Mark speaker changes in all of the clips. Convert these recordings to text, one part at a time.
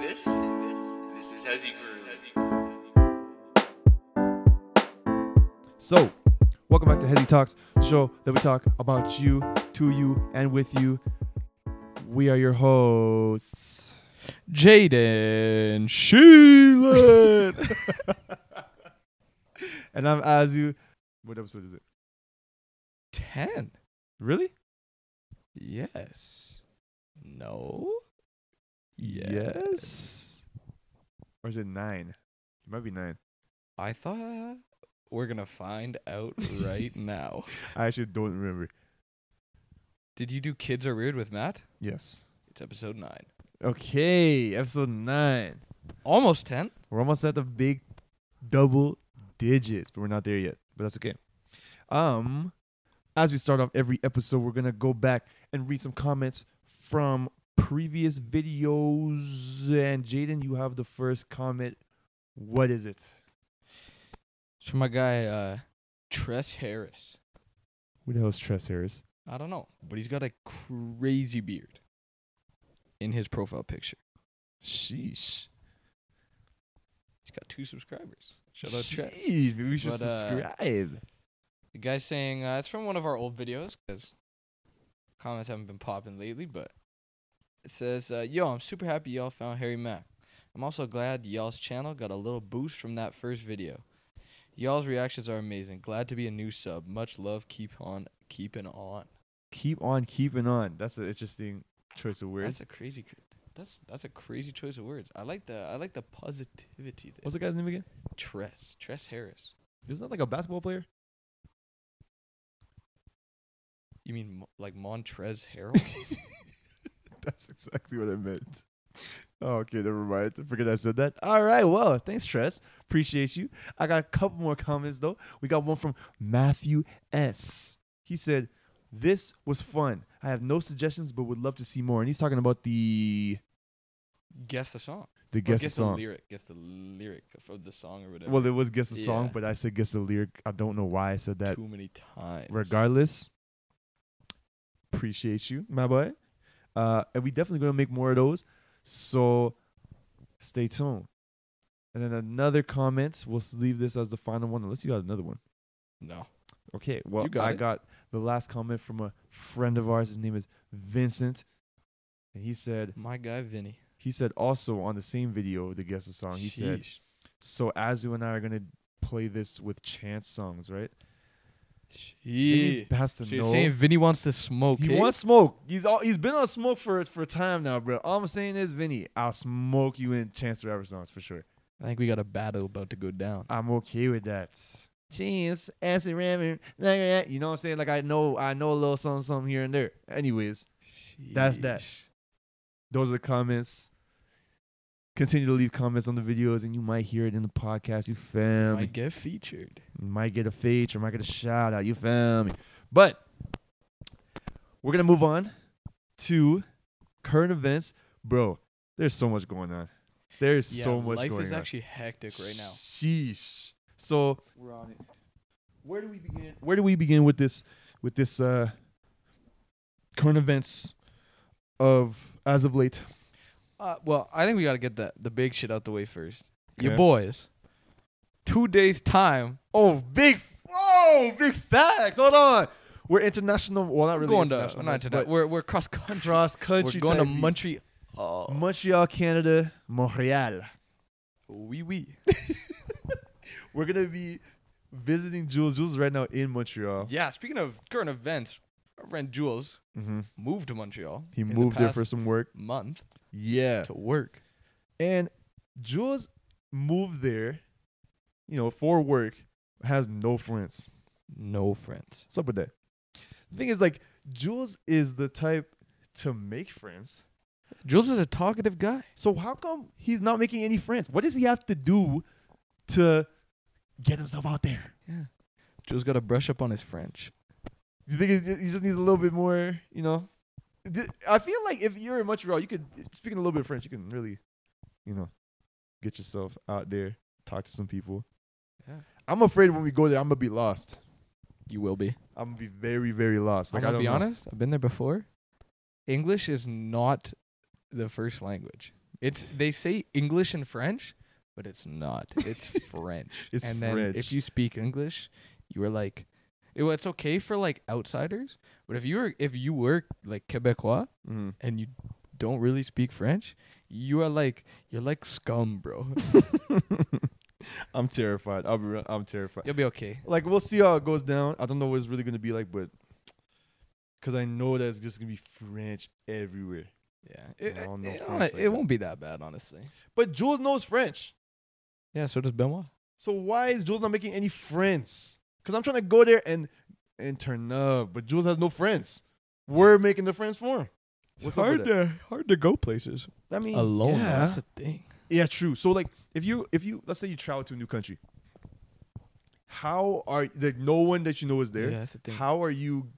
Speaker 1: this, this is Hezzy Groove.
Speaker 2: So, welcome back to Hezzy Talks, the show that we talk about you, to you, and with you. We are your hosts.
Speaker 3: Jaden Sheelan.
Speaker 2: And I'm Azu. What episode is it?
Speaker 3: 10.
Speaker 2: Really?
Speaker 3: Yes. No.
Speaker 2: Yes. Or is it nine? It might be nine.
Speaker 3: I thought we're going to find out right now.
Speaker 2: I actually don't remember.
Speaker 3: Did you do Kids Are Weird with Matt?
Speaker 2: Yes.
Speaker 3: It's episode 9.
Speaker 2: Okay, episode nine.
Speaker 3: Almost 10.
Speaker 2: We're almost at the big double digits, but we're not there yet. But that's okay. Um, as we start off every episode, we're gonna go back and read some comments from previous videos. And Jaden, you have the first comment. What is it?
Speaker 3: So my guy, uh, Tress Harris.
Speaker 2: Who the hell is Tress Harris?
Speaker 3: I don't know, but he's got a crazy beard in his profile picture.
Speaker 2: Sheesh.
Speaker 3: He's got two subscribers. Shout out Tress.
Speaker 2: Sheesh, maybe we should
Speaker 3: But, uh,
Speaker 2: subscribe.
Speaker 3: The guy's saying uh, it's from one of our old videos because comments haven't been popping lately, but it says, uh, Yo, I'm super happy y'all found Harry Mack. I'm also glad y'all's channel got a little boost from that first video. Y'all's reactions are amazing. Glad to be a new sub. Much love. Keep on keeping on.
Speaker 2: Keep on keeping on. That's an interesting choice of words.
Speaker 3: That's a crazy. cr- That's that's a crazy choice of words. I like the I like the positivity there.
Speaker 2: What's the guy's name again?
Speaker 3: Tress Tress Harris.
Speaker 2: Isn't that like a basketball player?
Speaker 3: You mean Mo- like Montrez Harrell?
Speaker 2: That's exactly what I meant. Oh, okay, never mind. I forget I said that. All right, well, thanks, Tress. Appreciate you. I got a couple more comments though. We got one from Matthew S. He said, "This was fun. I have no suggestions, but would love to see more." And he's talking about the
Speaker 3: guess the song. Or
Speaker 2: the guess the
Speaker 3: the
Speaker 2: song.
Speaker 3: lyric. Guess the lyric of the song or whatever.
Speaker 2: Well, it was guess the song,
Speaker 3: Yeah.
Speaker 2: but I said guess the lyric. I don't know why I said that.
Speaker 3: too many times.
Speaker 2: Regardless, appreciate you, my boy. Uh, and we definitely gonna make more of those. So stay tuned. And then another comment. We'll s- leave this as the final one, unless you got another one.
Speaker 3: no.
Speaker 2: Okay. Well,
Speaker 3: You got
Speaker 2: I
Speaker 3: it.
Speaker 2: got the last comment from a friend of ours. His name is Vincent, and he said
Speaker 3: My guy Vinny.
Speaker 2: he said also on the same video, the guest the song. Oh, He said
Speaker 3: Sheesh.
Speaker 2: so. Azu and I are gonna play this with chance songs, right? Vinny
Speaker 3: Sheesh.
Speaker 2: has to
Speaker 3: So you're
Speaker 2: know.
Speaker 3: saying Vinny wants to smoke?
Speaker 2: He
Speaker 3: eh?
Speaker 2: wants smoke. He's all, he's been on smoke for for a time now, bro. All I'm saying is, Vinny, I'll smoke you in Chance the Rapper songs for sure.
Speaker 3: I think we got a battle about to go down.
Speaker 2: I'm okay with that. Chance, acid ramming, like that. You know what I'm saying? Like I know I know a little something, something here and there. Anyways, that's that.
Speaker 3: Sheesh.
Speaker 2: those are the comments. Continue to leave comments on the videos, and you might hear it in the podcast. You fam.
Speaker 3: Might get featured.
Speaker 2: might get a feature, might get a shout out. You feel me? But we're gonna move on to current events, bro. There's so much going on. There's
Speaker 3: Yeah,
Speaker 2: so much
Speaker 3: life
Speaker 2: going
Speaker 3: is
Speaker 2: on.
Speaker 3: actually hectic right now.
Speaker 2: Sheesh. So we're on it. Where do we begin? Where do we begin with this? With this uh, current events of as of late.
Speaker 3: Uh, well, I think we got to get the the big shit out the way first.
Speaker 2: Okay.
Speaker 3: Your boys. Two days time.
Speaker 2: Oh, big. Oh, big facts. Hold on. We're international. Well, not
Speaker 3: We're
Speaker 2: really
Speaker 3: going to
Speaker 2: international.
Speaker 3: we're not
Speaker 2: events,
Speaker 3: today.
Speaker 2: but
Speaker 3: We're we're cross country.
Speaker 2: cross
Speaker 3: we're
Speaker 2: country.
Speaker 3: going to
Speaker 2: type Uh, beat.
Speaker 3: Montreal. Oh,
Speaker 2: Montreal, Canada, Montreal.
Speaker 3: wee wee.
Speaker 2: We're gonna be visiting Jules. Jules is right now in Montreal.
Speaker 3: Yeah. Speaking of current events, our friend Jules
Speaker 2: Mm-hmm.
Speaker 3: moved to Montreal.
Speaker 2: He
Speaker 3: in the
Speaker 2: moved there
Speaker 3: past
Speaker 2: for some work.
Speaker 3: month
Speaker 2: Yeah,
Speaker 3: to work.
Speaker 2: and Jules moved there, you know, for work. Has no friends.
Speaker 3: No friends.
Speaker 2: What's up with that? The thing is, like, Jules is the type to make friends.
Speaker 3: Jules is a talkative guy.
Speaker 2: So how come he's not making any friends? What does he have to do to get himself out there?
Speaker 3: Yeah. Jules got to brush up on his French.
Speaker 2: Do you think it- it- he just needs a little bit more, you know? Th- I feel like if you're in Montreal, you could, speaking a little bit of French, you can really, you know, get yourself out there, talk to some people.
Speaker 3: Yeah.
Speaker 2: I'm afraid when we go there, I'm going to be lost.
Speaker 3: You will be.
Speaker 2: I'm going to be very, very lost. Like,
Speaker 3: I'm gonna
Speaker 2: I
Speaker 3: be
Speaker 2: don't know.
Speaker 3: honest. I've been there before. English is not the first language. It's they say English and French, but it's not. It's French.
Speaker 2: It's
Speaker 3: and then
Speaker 2: French.
Speaker 3: if you speak English, you are like it, well, it's okay for like outsiders, but if you were if you were like Quebecois
Speaker 2: Mhm.
Speaker 3: and you don't really speak French, you are like you're like scum, bro.
Speaker 2: Mm-hmm. I'm terrified. I'll be real. I'm terrified.
Speaker 3: You'll be okay.
Speaker 2: Like we'll see how it goes down. I don't know what it's really gonna be like, but because I know that it's just gonna be French everywhere.
Speaker 3: Yeah. It,
Speaker 2: I don't know
Speaker 3: it-
Speaker 2: French
Speaker 3: hon-
Speaker 2: like
Speaker 3: it
Speaker 2: that.
Speaker 3: won't be that bad, honestly.
Speaker 2: But Jules knows French,
Speaker 3: Yeah, so does Benoit.
Speaker 2: so why is Jules not making any friends? Because I'm trying to go there and and turn up, but Jules has no friends. We're making the friends for him. What's up with that?
Speaker 3: to hard to go places.
Speaker 2: I mean,
Speaker 3: Alone. though,
Speaker 2: Yeah.
Speaker 3: That's the thing.
Speaker 2: Yeah, true. So like if you if you let's say you travel to a new country, how are like no one that you know is there?
Speaker 3: Yeah, that's the thing.
Speaker 2: how are you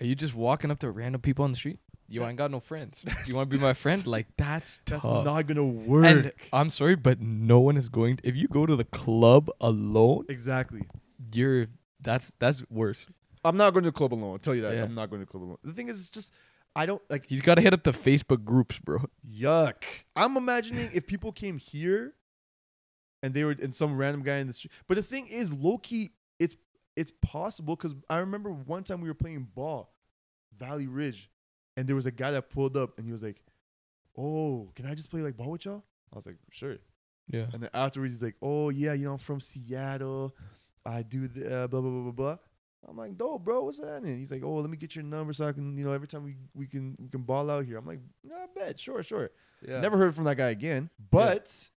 Speaker 3: Are you just walking up to random people on the street? Yo, I ain't got no friends.
Speaker 2: That's-
Speaker 3: You want to be my friend? Like that's
Speaker 2: that's
Speaker 3: tough.
Speaker 2: not gonna work.
Speaker 3: and I'm sorry, but no one is going. if you go to the club alone,
Speaker 2: exactly.
Speaker 3: you're that's that's worse.
Speaker 2: I'm not going to the club alone. I'll tell you that.
Speaker 3: Yeah.
Speaker 2: I'm not going to the club alone. The thing is, it's just I don't like
Speaker 3: He's got to hit up the Facebook groups, bro.
Speaker 2: yuck. I'm imagining if people came here and they were and some random guy in the street. But the thing is, Loki, it's it's possible because I remember one time we were playing ball, Valley Ridge, and there was a guy that pulled up and he was like, "Oh, can I just play like ball with y'all?" I was like, "Sure."
Speaker 3: Yeah.
Speaker 2: And then afterwards, he's like, "Oh yeah, you know, I'm from Seattle. I do the uh, blah blah blah blah blah." I'm like, "Dope, bro. What's that?" And he's like, "Oh, let me get your number so I can, you know, every time we, we can we can ball out here." I'm like, "I bet, sure, sure."
Speaker 3: yeah.
Speaker 2: Never heard from that guy again, but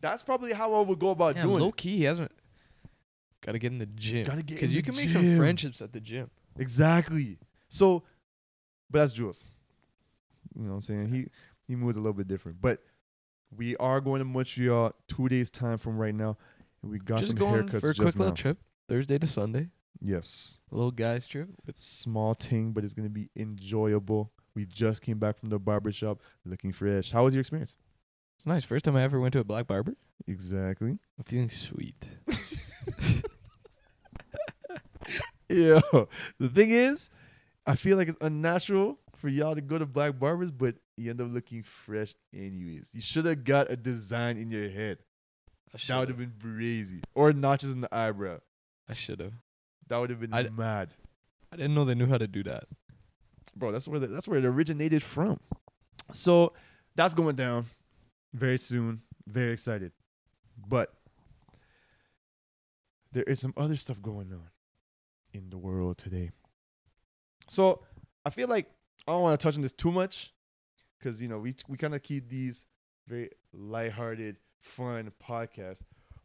Speaker 2: that's probably how I would go about
Speaker 3: yeah,
Speaker 2: doing
Speaker 3: low
Speaker 2: it.
Speaker 3: key. He hasn't. Got to get in the gym.
Speaker 2: Gotta get in
Speaker 3: Because you
Speaker 2: the
Speaker 3: can make some
Speaker 2: gym.
Speaker 3: friendships at the gym.
Speaker 2: Exactly. So, but that's Jules. You know what I'm saying? He he moves a little bit different, but we are going to Montreal two days time from right now, and we got
Speaker 3: just
Speaker 2: some
Speaker 3: going
Speaker 2: haircuts
Speaker 3: for a
Speaker 2: just
Speaker 3: quick
Speaker 2: now.
Speaker 3: little trip, Thursday to Sunday.
Speaker 2: Yes.
Speaker 3: Little guys trip.
Speaker 2: small thing, but it's gonna be enjoyable. We just came back from the barber shop looking fresh. How was your experience?
Speaker 3: It's nice. First time I ever went to a black barber.
Speaker 2: Exactly.
Speaker 3: I'm feeling sweet.
Speaker 2: Yeah. The thing is, I feel like it's unnatural for y'all to go to black barbers, but you end up looking fresh anyways. You should have got a design in your head.
Speaker 3: I
Speaker 2: That would have been crazy. Or notches in the eyebrow.
Speaker 3: I should have.
Speaker 2: That would have been
Speaker 3: I'd-
Speaker 2: mad.
Speaker 3: I didn't know they knew how to do that.
Speaker 2: Bro, that's where the, that's where it originated from. So that's going down very soon. Very excited. But there is some other stuff going on in the world today. So I feel like I don't want to touch on this too much because, you know, we, we kind of keep these very lighthearted, fun podcasts.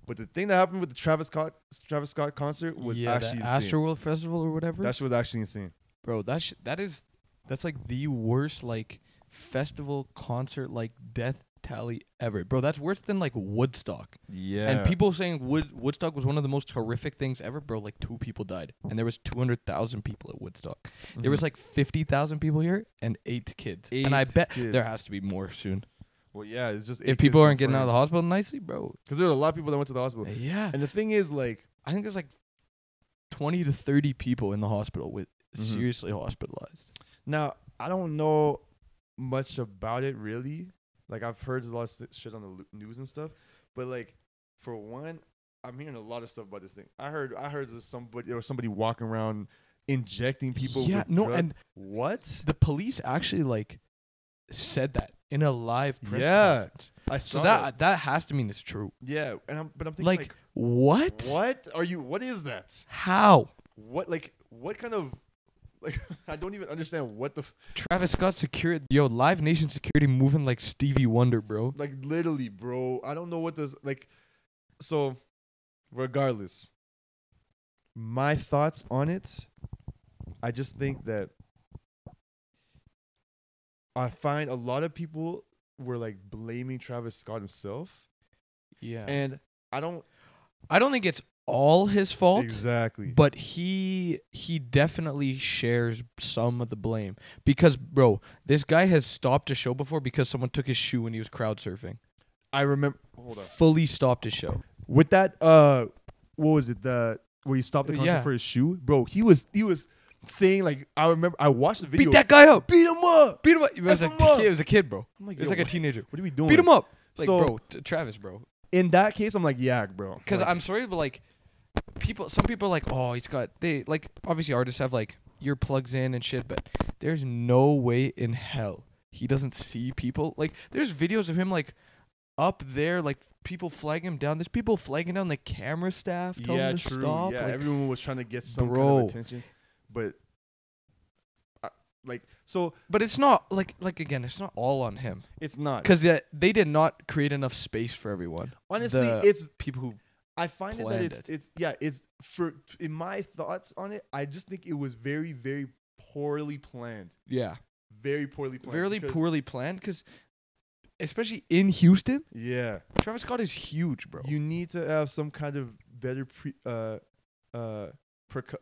Speaker 2: But the thing that happened with the Travis Scott, Travis Scott concert was
Speaker 3: yeah,
Speaker 2: actually
Speaker 3: the
Speaker 2: insane.
Speaker 3: Astroworld Festival or whatever.
Speaker 2: that shit was actually insane.
Speaker 3: Bro, that sh- that is that's like the worst like festival concert like death tally ever. Bro, that's worse than like Woodstock.
Speaker 2: Yeah.
Speaker 3: And people saying Wood Woodstock was one of the most horrific things ever, bro, like two people died and there was 200,000 people at Woodstock. There was like 50,000 people here and 8 kids. and I
Speaker 2: Mhm. Eight
Speaker 3: bet there
Speaker 2: kids.
Speaker 3: has to be more soon.
Speaker 2: Well, yeah, it's just
Speaker 3: If people aren't getting out of the hospital nicely, bro.
Speaker 2: because there were a lot of people that went to the hospital.
Speaker 3: Yeah.
Speaker 2: And the thing is, like,
Speaker 3: I think there's like 20 to 30 people in the hospital with
Speaker 2: Mhm.
Speaker 3: seriously hospitalized.
Speaker 2: now I don't know much about it really. Like, I've heard a lot of s- shit on the lu- news and stuff, but like, for one, I'm hearing a lot of stuff about this thing. I heard, I heard there's somebody there was somebody walking around injecting people.
Speaker 3: yeah,
Speaker 2: with
Speaker 3: no,
Speaker 2: drug-
Speaker 3: and
Speaker 2: what?
Speaker 3: the police actually like said that in a live press
Speaker 2: Yeah,
Speaker 3: conference.
Speaker 2: I
Speaker 3: So
Speaker 2: saw
Speaker 3: that
Speaker 2: it.
Speaker 3: that has to mean it's true.
Speaker 2: Yeah, and I'm, but I'm thinking
Speaker 3: Like,
Speaker 2: like,
Speaker 3: what?
Speaker 2: what are you? What is that?
Speaker 3: How?
Speaker 2: What like what kind of like I don't even understand what the f-
Speaker 3: Travis Scott secured yo Live Nation security moving like Stevie Wonder, bro.
Speaker 2: like literally, bro. I don't know what this like. So, regardless, my thoughts on it. I just think that I find a lot of people were like blaming Travis Scott himself,
Speaker 3: Yeah.
Speaker 2: and I don't
Speaker 3: I don't think it's all his fault.
Speaker 2: exactly.
Speaker 3: But he he definitely shares some of the blame because bro, this guy has stopped a show before because someone took his shoe when he was crowd surfing.
Speaker 2: I remember. Hold on.
Speaker 3: Fully stopped his show.
Speaker 2: with that uh what was it the where you stopped the concert
Speaker 3: Yeah.
Speaker 2: for his shoe bro he was he was saying like I remember I watched the video.
Speaker 3: Beat that guy up.
Speaker 2: Beat him up.
Speaker 3: Beat him up. It was,
Speaker 2: F
Speaker 3: a
Speaker 2: him up.
Speaker 3: kid, it was a kid, bro.
Speaker 2: I'm like,
Speaker 3: It was
Speaker 2: yo,
Speaker 3: like a
Speaker 2: what-
Speaker 3: teenager.
Speaker 2: What are we doing?
Speaker 3: Beat him up. Like,
Speaker 2: So-
Speaker 3: bro, t- Travis, bro.
Speaker 2: In that case, I'm like, yeah, bro.
Speaker 3: Because
Speaker 2: Like,
Speaker 3: I'm sorry, but like, people, some people are like, oh, he's got they like obviously artists have like ear plugs in and shit, but there's no way in hell he doesn't see people. Like, there's videos of him like up there, like people flag him down. There's people flagging down the camera staff, telling
Speaker 2: yeah,
Speaker 3: them to
Speaker 2: true.
Speaker 3: stop.
Speaker 2: yeah,
Speaker 3: like,
Speaker 2: everyone was trying to get some kind
Speaker 3: Bro.
Speaker 2: of attention, but I, like, so
Speaker 3: but it's not like like again, it's not all on him
Speaker 2: it's not
Speaker 3: because they, they did not create enough space for everyone.
Speaker 2: honestly.
Speaker 3: the
Speaker 2: it's
Speaker 3: People who
Speaker 2: I find it that
Speaker 3: planned
Speaker 2: it's
Speaker 3: it.
Speaker 2: it's yeah it's for in my thoughts on it. I just think it was very very poorly planned,
Speaker 3: yeah,
Speaker 2: very poorly planned,
Speaker 3: very
Speaker 2: because-
Speaker 3: poorly planned because. Especially in Houston,
Speaker 2: Yeah,
Speaker 3: Travis Scott is huge, bro.
Speaker 2: you need to have some kind of better pre uh uh percu-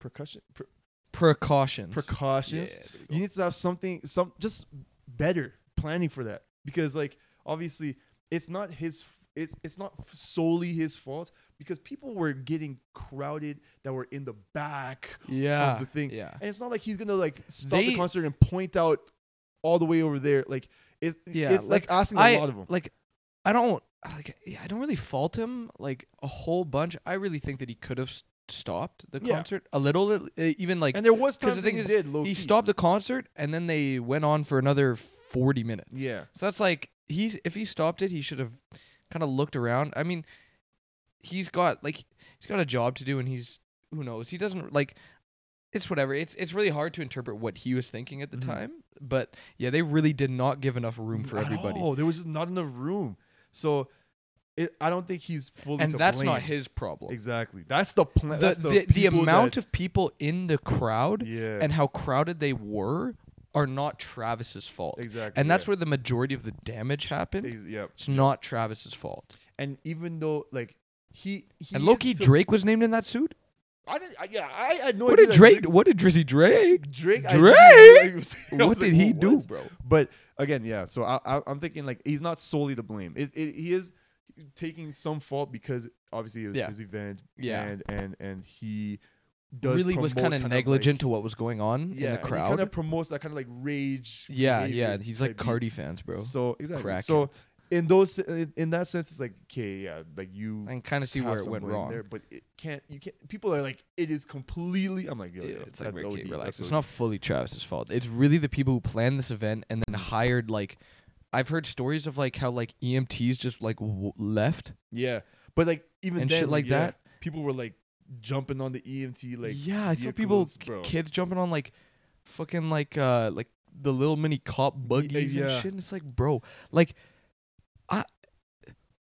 Speaker 2: percussion per-
Speaker 3: precautions.
Speaker 2: precautions. you need to have something some just better planning for that because like obviously it's not his f- it's it's not f- solely his fault because people were getting crowded that were in the back
Speaker 3: yeah.
Speaker 2: of the thing
Speaker 3: Yeah.
Speaker 2: and it's not like he's gonna like stop the
Speaker 3: They-
Speaker 2: concert and point out all the way over there like it's
Speaker 3: Yeah,
Speaker 2: it's like,
Speaker 3: like,
Speaker 2: asking
Speaker 3: I
Speaker 2: a lot of them
Speaker 3: like I don't like yeah, I don't really fault him like a whole bunch. I really think that he could have s- stopped the
Speaker 2: Yeah.
Speaker 3: concert a little uh, even like
Speaker 2: and there was
Speaker 3: 'cause
Speaker 2: times
Speaker 3: the
Speaker 2: that
Speaker 3: thing
Speaker 2: he
Speaker 3: is,
Speaker 2: did low
Speaker 3: he
Speaker 2: key.
Speaker 3: stopped the concert and then they went on for another 40 minutes.
Speaker 2: yeah
Speaker 3: So that's like he's if he stopped it, he should have kind of looked around. I mean, he's got like he's got a job to do, and he's who knows. He doesn't like it's whatever. It's it's really hard to interpret what he was thinking at the
Speaker 2: Mhm.
Speaker 3: time. But yeah, they really did not give enough room for
Speaker 2: At
Speaker 3: everybody,
Speaker 2: all. there was just not enough room so it, i don't think he's fully
Speaker 3: and
Speaker 2: to
Speaker 3: that's not
Speaker 2: blame.
Speaker 3: his problem.
Speaker 2: exactly that's the plan
Speaker 3: The
Speaker 2: that's
Speaker 3: the, the,
Speaker 2: people
Speaker 3: amount
Speaker 2: that,
Speaker 3: of people in the crowd
Speaker 2: yeah
Speaker 3: and how crowded they were are not Travis's fault,
Speaker 2: Exactly.
Speaker 3: and that's
Speaker 2: yeah.
Speaker 3: where the majority of the damage happened.
Speaker 2: Ex- yep.
Speaker 3: It's not Travis's fault.
Speaker 2: And even though like he, he
Speaker 3: and
Speaker 2: is
Speaker 3: Loki
Speaker 2: still-
Speaker 3: Drake was named in that suit.
Speaker 2: I didn't I, yeah, I had no
Speaker 3: What
Speaker 2: idea
Speaker 3: did
Speaker 2: that
Speaker 3: Drake? What did Drizzy Drake?
Speaker 2: Drake I didn't
Speaker 3: Drake?
Speaker 2: know he was- I
Speaker 3: What
Speaker 2: was
Speaker 3: did
Speaker 2: like,
Speaker 3: he
Speaker 2: "Whoa,
Speaker 3: do,
Speaker 2: what?"
Speaker 3: bro?
Speaker 2: But again, yeah, so I, I I'm thinking like he's not solely to blame. It, it he is taking some fault because obviously it was
Speaker 3: Yeah.
Speaker 2: his event
Speaker 3: Yeah.
Speaker 2: and and and he does
Speaker 3: really was
Speaker 2: promote
Speaker 3: kind of
Speaker 2: kinda,
Speaker 3: negligent
Speaker 2: like-
Speaker 3: to what was going on in the crowd.
Speaker 2: kind of promotes that kind of like rage.
Speaker 3: yeah,
Speaker 2: behavior
Speaker 3: yeah. He's like
Speaker 2: type beat.
Speaker 3: Cardi fans, bro.
Speaker 2: So exactly.
Speaker 3: Crack
Speaker 2: So
Speaker 3: heads.
Speaker 2: in those in, in that sense, it's like okay, yeah, like you
Speaker 3: and kind of see
Speaker 2: have
Speaker 3: where it
Speaker 2: some
Speaker 3: went
Speaker 2: blame
Speaker 3: wrong.
Speaker 2: there, but it can't. You can't. People are like, it is completely. I'm like, yo,
Speaker 3: Yeah,
Speaker 2: yeah,
Speaker 3: it's like
Speaker 2: that's
Speaker 3: Ricky,
Speaker 2: OD,
Speaker 3: relax.
Speaker 2: that's
Speaker 3: It's
Speaker 2: OD.
Speaker 3: not fully Travis's fault. It's really the people who planned this event and then hired like. I've heard stories of like how like EMTs just like w- left.
Speaker 2: Yeah, but like even
Speaker 3: And
Speaker 2: then,
Speaker 3: shit like
Speaker 2: yeah,
Speaker 3: that.
Speaker 2: People were like jumping on the EMT, like
Speaker 3: yeah, I saw people,
Speaker 2: vehicles,
Speaker 3: k-
Speaker 2: bro.
Speaker 3: kids jumping on like, fucking like uh like the little mini cop buggies
Speaker 2: yeah.
Speaker 3: and shit. And it's like, bro, like, I,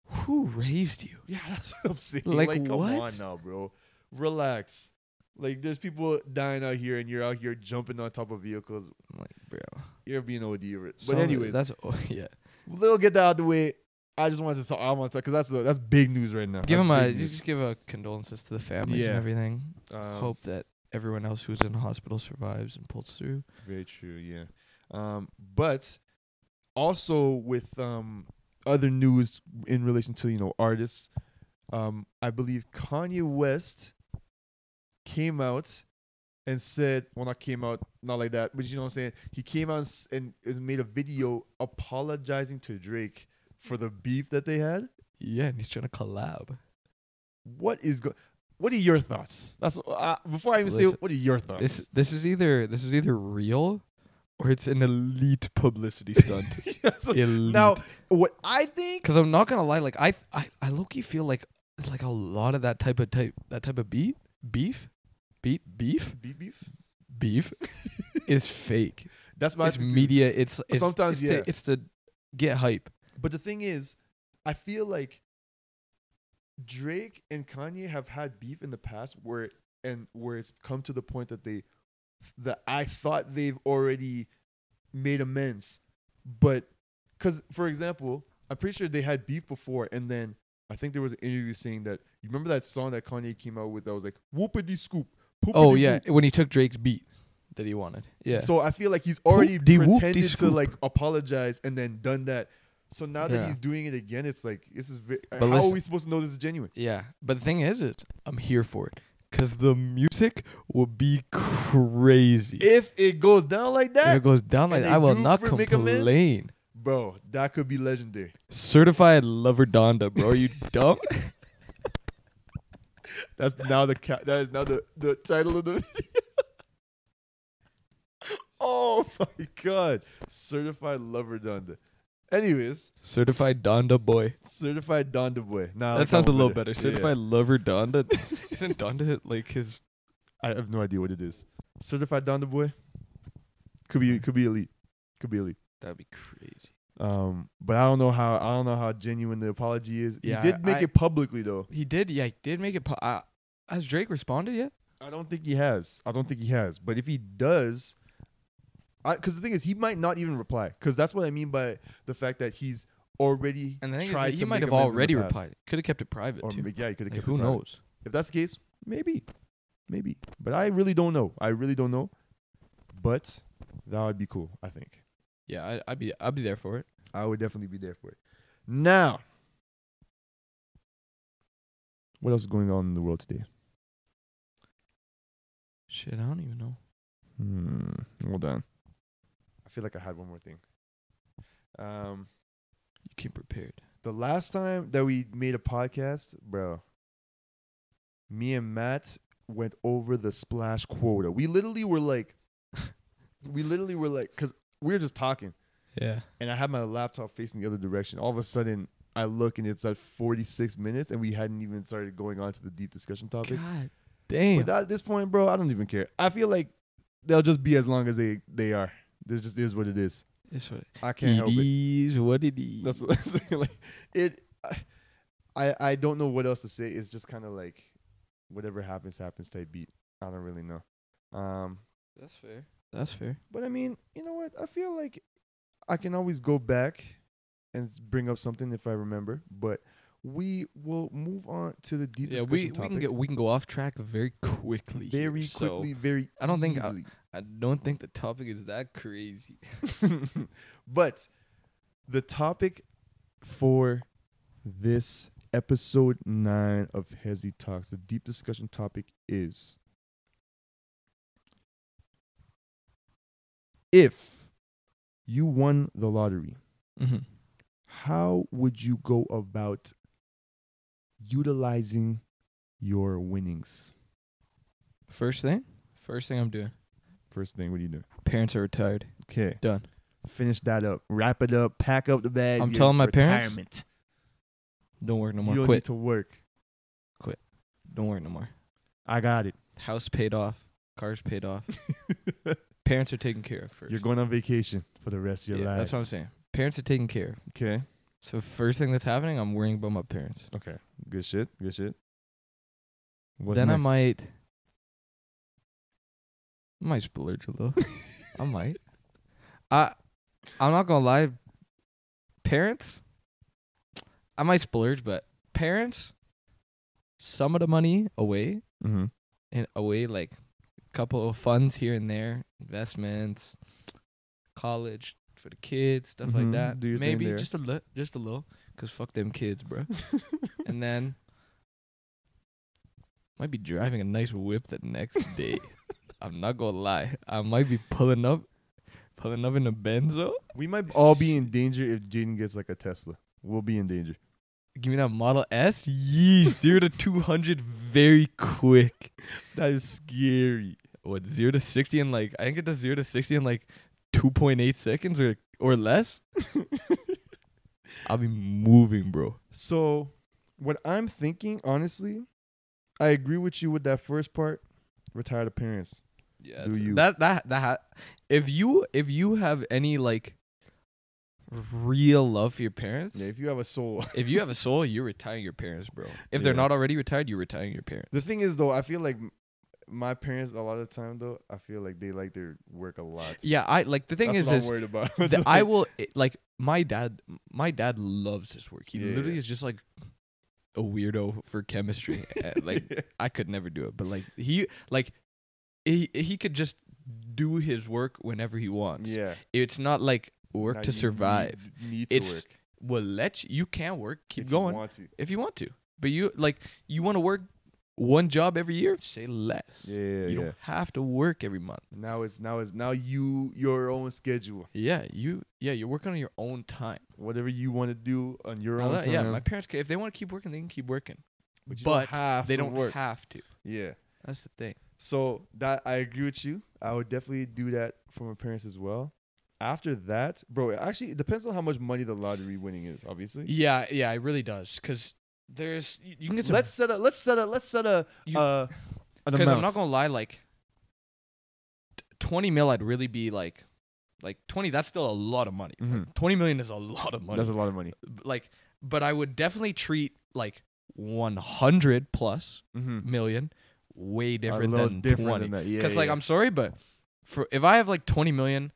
Speaker 3: who raised you?
Speaker 2: yeah, that's what I'm saying. Like,
Speaker 3: Like,
Speaker 2: come
Speaker 3: what?
Speaker 2: on now, bro, relax. Like, there's people dying out here, and you're out here jumping on top of vehicles.
Speaker 3: I'm like, bro.
Speaker 2: You're being OD over it.
Speaker 3: Some-
Speaker 2: But anyways,
Speaker 3: that's oh, yeah.
Speaker 2: little get that out of the way. I just wanted to talk. I want to talk because that's the, that's big news right now.
Speaker 3: Give
Speaker 2: That's
Speaker 3: him a
Speaker 2: big
Speaker 3: you
Speaker 2: news.
Speaker 3: just give a condolences to the families
Speaker 2: Yeah.
Speaker 3: and everything.
Speaker 2: Um,
Speaker 3: Hope that everyone else who's in the hospital survives and pulls through.
Speaker 2: Very true, yeah. Um, but also with um other news in relation to you know artists, um, I believe Kanye West came out and said, well, not came out, not like that, but you know what I'm saying. He came out and, s- and is- made a video apologizing to Drake for the beef that they had.
Speaker 3: Yeah, and he's trying to collab.
Speaker 2: What is go- What are your thoughts? That's uh, before I even say
Speaker 3: Listen,
Speaker 2: what are your thoughts.
Speaker 3: This this is either this is either real or it's an elite publicity stunt.
Speaker 2: Yeah, so
Speaker 3: elite.
Speaker 2: now, what I think
Speaker 3: Cause I'm not gonna lie, like I I, I low key feel like like a lot of that type of type that type of beat beef beat beef
Speaker 2: beef beef.
Speaker 3: beef is fake.
Speaker 2: That's my
Speaker 3: It's
Speaker 2: attitude.
Speaker 3: media. It's, it's
Speaker 2: Sometimes,
Speaker 3: it's to-
Speaker 2: yeah.
Speaker 3: it's to get hype.
Speaker 2: But the thing is, I feel like Drake and Kanye have had beef in the past where and where it's come to the point that they that I thought they've already made amends. But cuz for example, I'm pretty sure they had beef before and then I think there was an interview saying that you remember that song that Kanye came out with that was like whoopity scoop.
Speaker 3: Oh
Speaker 2: poopity
Speaker 3: yeah,
Speaker 2: poop."
Speaker 3: when he took Drake's beat that he wanted. Yeah.
Speaker 2: So I feel like he's already
Speaker 3: Poop-de whoop-de
Speaker 2: pretended to
Speaker 3: scoop.
Speaker 2: like apologize and then done that. So now that
Speaker 3: Yeah.
Speaker 2: he's doing it again, it's like this is. Ve-
Speaker 3: But
Speaker 2: how are
Speaker 3: listen-
Speaker 2: we supposed to know this is genuine?
Speaker 3: yeah. But the thing is, is I'm here for it. Cause the music will be crazy.
Speaker 2: If it goes down like
Speaker 3: If
Speaker 2: that,
Speaker 3: it goes down like
Speaker 2: and
Speaker 3: I
Speaker 2: they
Speaker 3: will
Speaker 2: do
Speaker 3: not
Speaker 2: for- make amends?
Speaker 3: complain.
Speaker 2: bro, that could be legendary.
Speaker 3: Certified lover Donda, bro. Are you dumb?
Speaker 2: That's now the cat. That is now the the title of the. video. oh my god! Certified lover Donda. Anyways,
Speaker 3: Certified Donda boy.
Speaker 2: certified Donda boy. Nah, I like
Speaker 3: that sounds a
Speaker 2: one
Speaker 3: little better.
Speaker 2: Yeah, yeah.
Speaker 3: Certified lover Donda. Isn't Donda like his?
Speaker 2: I have no idea what it is. Certified Donda boy. Could be could be elite. Could be elite.
Speaker 3: That'd be crazy.
Speaker 2: Um, but I don't know how I don't know how genuine the apology is.
Speaker 3: Yeah,
Speaker 2: he did make
Speaker 3: I-
Speaker 2: it publicly though.
Speaker 3: He did. Yeah, he did make it. Po- uh, has Drake responded yet?
Speaker 2: I don't think he has. I don't think he has. But if he does, I because the thing is, he might not even reply. Because that's what I mean by the fact that he's already
Speaker 3: And the thing is,
Speaker 2: tried
Speaker 3: that he
Speaker 2: to
Speaker 3: might
Speaker 2: make
Speaker 3: have
Speaker 2: amends in the
Speaker 3: already
Speaker 2: past.
Speaker 3: replied. Could have kept it private
Speaker 2: Or
Speaker 3: too.
Speaker 2: ma- yeah, he could have
Speaker 3: Like,
Speaker 2: kept.
Speaker 3: who
Speaker 2: it private.
Speaker 3: knows?
Speaker 2: If that's the case, maybe, maybe. But I really don't know. I really don't know. But that would be cool. I think
Speaker 3: Yeah, I, I'd be I'd be there for it.
Speaker 2: I would definitely be there for it. Now, what else is going on in the world today?
Speaker 3: Shit, I don't even know.
Speaker 2: Hmm. Hold on. I feel like I had one more thing. Um,
Speaker 3: You came prepared.
Speaker 2: the last time that we made a podcast, bro, me and Matt went over the splash quota. We literally were like, we literally were like, because we were just talking,
Speaker 3: Yeah.
Speaker 2: and I had my laptop facing the other direction. All of a sudden, I look and it's at 46 minutes, and we hadn't even started going on to the deep discussion topic.
Speaker 3: God damn.
Speaker 2: But at this point, bro, I don't even care. I feel like they'll just be as long as they they are. This just is what it is.
Speaker 3: It's what
Speaker 2: I can't help it.
Speaker 3: is what it is.
Speaker 2: That's what I'm saying. Like it. I- I I don't know what else to say. It's just kind of like whatever happens happens type beat. I don't really know. Um,
Speaker 3: That's fair. That's fair.
Speaker 2: but I mean, you know what? I feel like I can always go back and bring up something if I remember. But we will move on to the deep
Speaker 3: Yeah,
Speaker 2: discussion
Speaker 3: we, we
Speaker 2: topic
Speaker 3: can get we can go off track very quickly. here,
Speaker 2: very
Speaker 3: so
Speaker 2: quickly, very.
Speaker 3: I don't think I-
Speaker 2: easily.
Speaker 3: I don't think the topic is that crazy.
Speaker 2: but the topic for this episode nine of Hezzy Talks, the deep discussion topic is if you won the lottery,
Speaker 3: Mm-hmm.
Speaker 2: how would you go about utilizing your winnings?
Speaker 3: First thing, first thing I'm doing.
Speaker 2: First thing, what do you do?
Speaker 3: Parents are retired.
Speaker 2: Okay.
Speaker 3: Done.
Speaker 2: Finish that up. Wrap it up. Pack up the bags.
Speaker 3: I'm
Speaker 2: you're
Speaker 3: telling my parents,
Speaker 2: retirement.
Speaker 3: Don't work no
Speaker 2: you
Speaker 3: more.
Speaker 2: don't need
Speaker 3: Quit.
Speaker 2: to work.
Speaker 3: Don't work no more.
Speaker 2: I got it.
Speaker 3: House paid off. Cars paid off. Parents are taken care of first.
Speaker 2: You're going on vacation for the rest of your
Speaker 3: yeah,
Speaker 2: life.
Speaker 3: That's what I'm saying. Parents are taken care of.
Speaker 2: okay.
Speaker 3: So first thing that's happening, I'm worrying about my parents.
Speaker 2: Okay. Good shit. Good shit. What's
Speaker 3: then
Speaker 2: next?
Speaker 3: I might, I might splurge a little. I might. I, I'm not gonna lie. Parents, I might splurge, but parents, some of the money away
Speaker 2: Mhm.
Speaker 3: and away like a couple of funds here and there, investments, college for the kids, stuff
Speaker 2: Mhm,
Speaker 3: like that.
Speaker 2: do your thing
Speaker 3: Maybe
Speaker 2: there.
Speaker 3: just a little, just a little, cause fuck them kids, bro.
Speaker 2: Mm-hmm.
Speaker 3: and then might be driving a nice whip the next day. I'm not gonna lie, I might be pulling up, pulling up in a Benzo.
Speaker 2: We might all be in danger if Jaden gets like a Tesla. We'll be in danger.
Speaker 3: Give me that Model S, yee, zero to two hundred very quick.
Speaker 2: That is scary.
Speaker 3: what zero to sixty in like I think it does zero to sixty in like two point eight seconds or or less. I'll be moving, bro.
Speaker 2: So, what I'm thinking, honestly, I agree with you with that first part. Retire the parents.
Speaker 3: Yeah.
Speaker 2: Do
Speaker 3: it's-
Speaker 2: you-
Speaker 3: That that that ha- if you if you have any like real love for your parents,
Speaker 2: Yeah, if you have a soul.
Speaker 3: if you have a soul, you're retiring your parents, bro. If they're
Speaker 2: Yeah.
Speaker 3: not already retired, you're retiring your parents.
Speaker 2: The thing is, though, I feel like m- my parents, a lot of the time, though, I feel like they like their work a lot.
Speaker 3: Yeah, I like the thing
Speaker 2: That's
Speaker 3: is
Speaker 2: what
Speaker 3: is
Speaker 2: I'm worried about.
Speaker 3: the, I will it- like my dad. My dad loves his work. He
Speaker 2: Yeah, yeah,
Speaker 3: literally
Speaker 2: yeah.
Speaker 3: is just like a weirdo for chemistry. Uh, like I could never do it, but like he like he he could just do his work whenever he wants.
Speaker 2: yeah.
Speaker 3: It's not like work
Speaker 2: Now
Speaker 3: to
Speaker 2: you
Speaker 3: survive.
Speaker 2: Need, need to
Speaker 3: It's
Speaker 2: work.
Speaker 3: Well, let you, you can work. Keep
Speaker 2: if you
Speaker 3: going
Speaker 2: want to.
Speaker 3: if you want to. But you like you want to work one job every year, say less.
Speaker 2: Yeah, yeah,
Speaker 3: you
Speaker 2: yeah.
Speaker 3: don't have to work every month.
Speaker 2: Now it's now it's now you your own schedule.
Speaker 3: Yeah, you yeah, you're working on your own time.
Speaker 2: Whatever you want to do on your
Speaker 3: Now
Speaker 2: own
Speaker 3: that-
Speaker 2: time.
Speaker 3: yeah, my parents ca- if they want to keep working, they can keep working.
Speaker 2: but you
Speaker 3: but
Speaker 2: don't have
Speaker 3: they
Speaker 2: to
Speaker 3: don't
Speaker 2: work.
Speaker 3: have to.
Speaker 2: yeah.
Speaker 3: That's the thing.
Speaker 2: So that I agree with you. I would definitely do that for my parents as well. After that, bro, it actually it depends on how much money the lottery winning is, obviously.
Speaker 3: Yeah, yeah, it really does cuz there's you you can get some
Speaker 2: Let's set a let's set a let's set a
Speaker 3: You-
Speaker 2: uh an
Speaker 3: Because I'm
Speaker 2: amount.
Speaker 3: not gonna lie, like t- 20 mil, I'd really be like, like 20. That's still a lot of money.
Speaker 2: Mhm.
Speaker 3: 20 million is a lot of money.
Speaker 2: That's a lot of money.
Speaker 3: B- like, but I would definitely treat like 100 plus
Speaker 2: Mm-hmm.
Speaker 3: million way different
Speaker 2: a little
Speaker 3: than
Speaker 2: different
Speaker 3: 20.
Speaker 2: than that. Yeah,
Speaker 3: Because
Speaker 2: yeah,
Speaker 3: like
Speaker 2: yeah.
Speaker 3: I'm sorry, but for if I have like 20 million,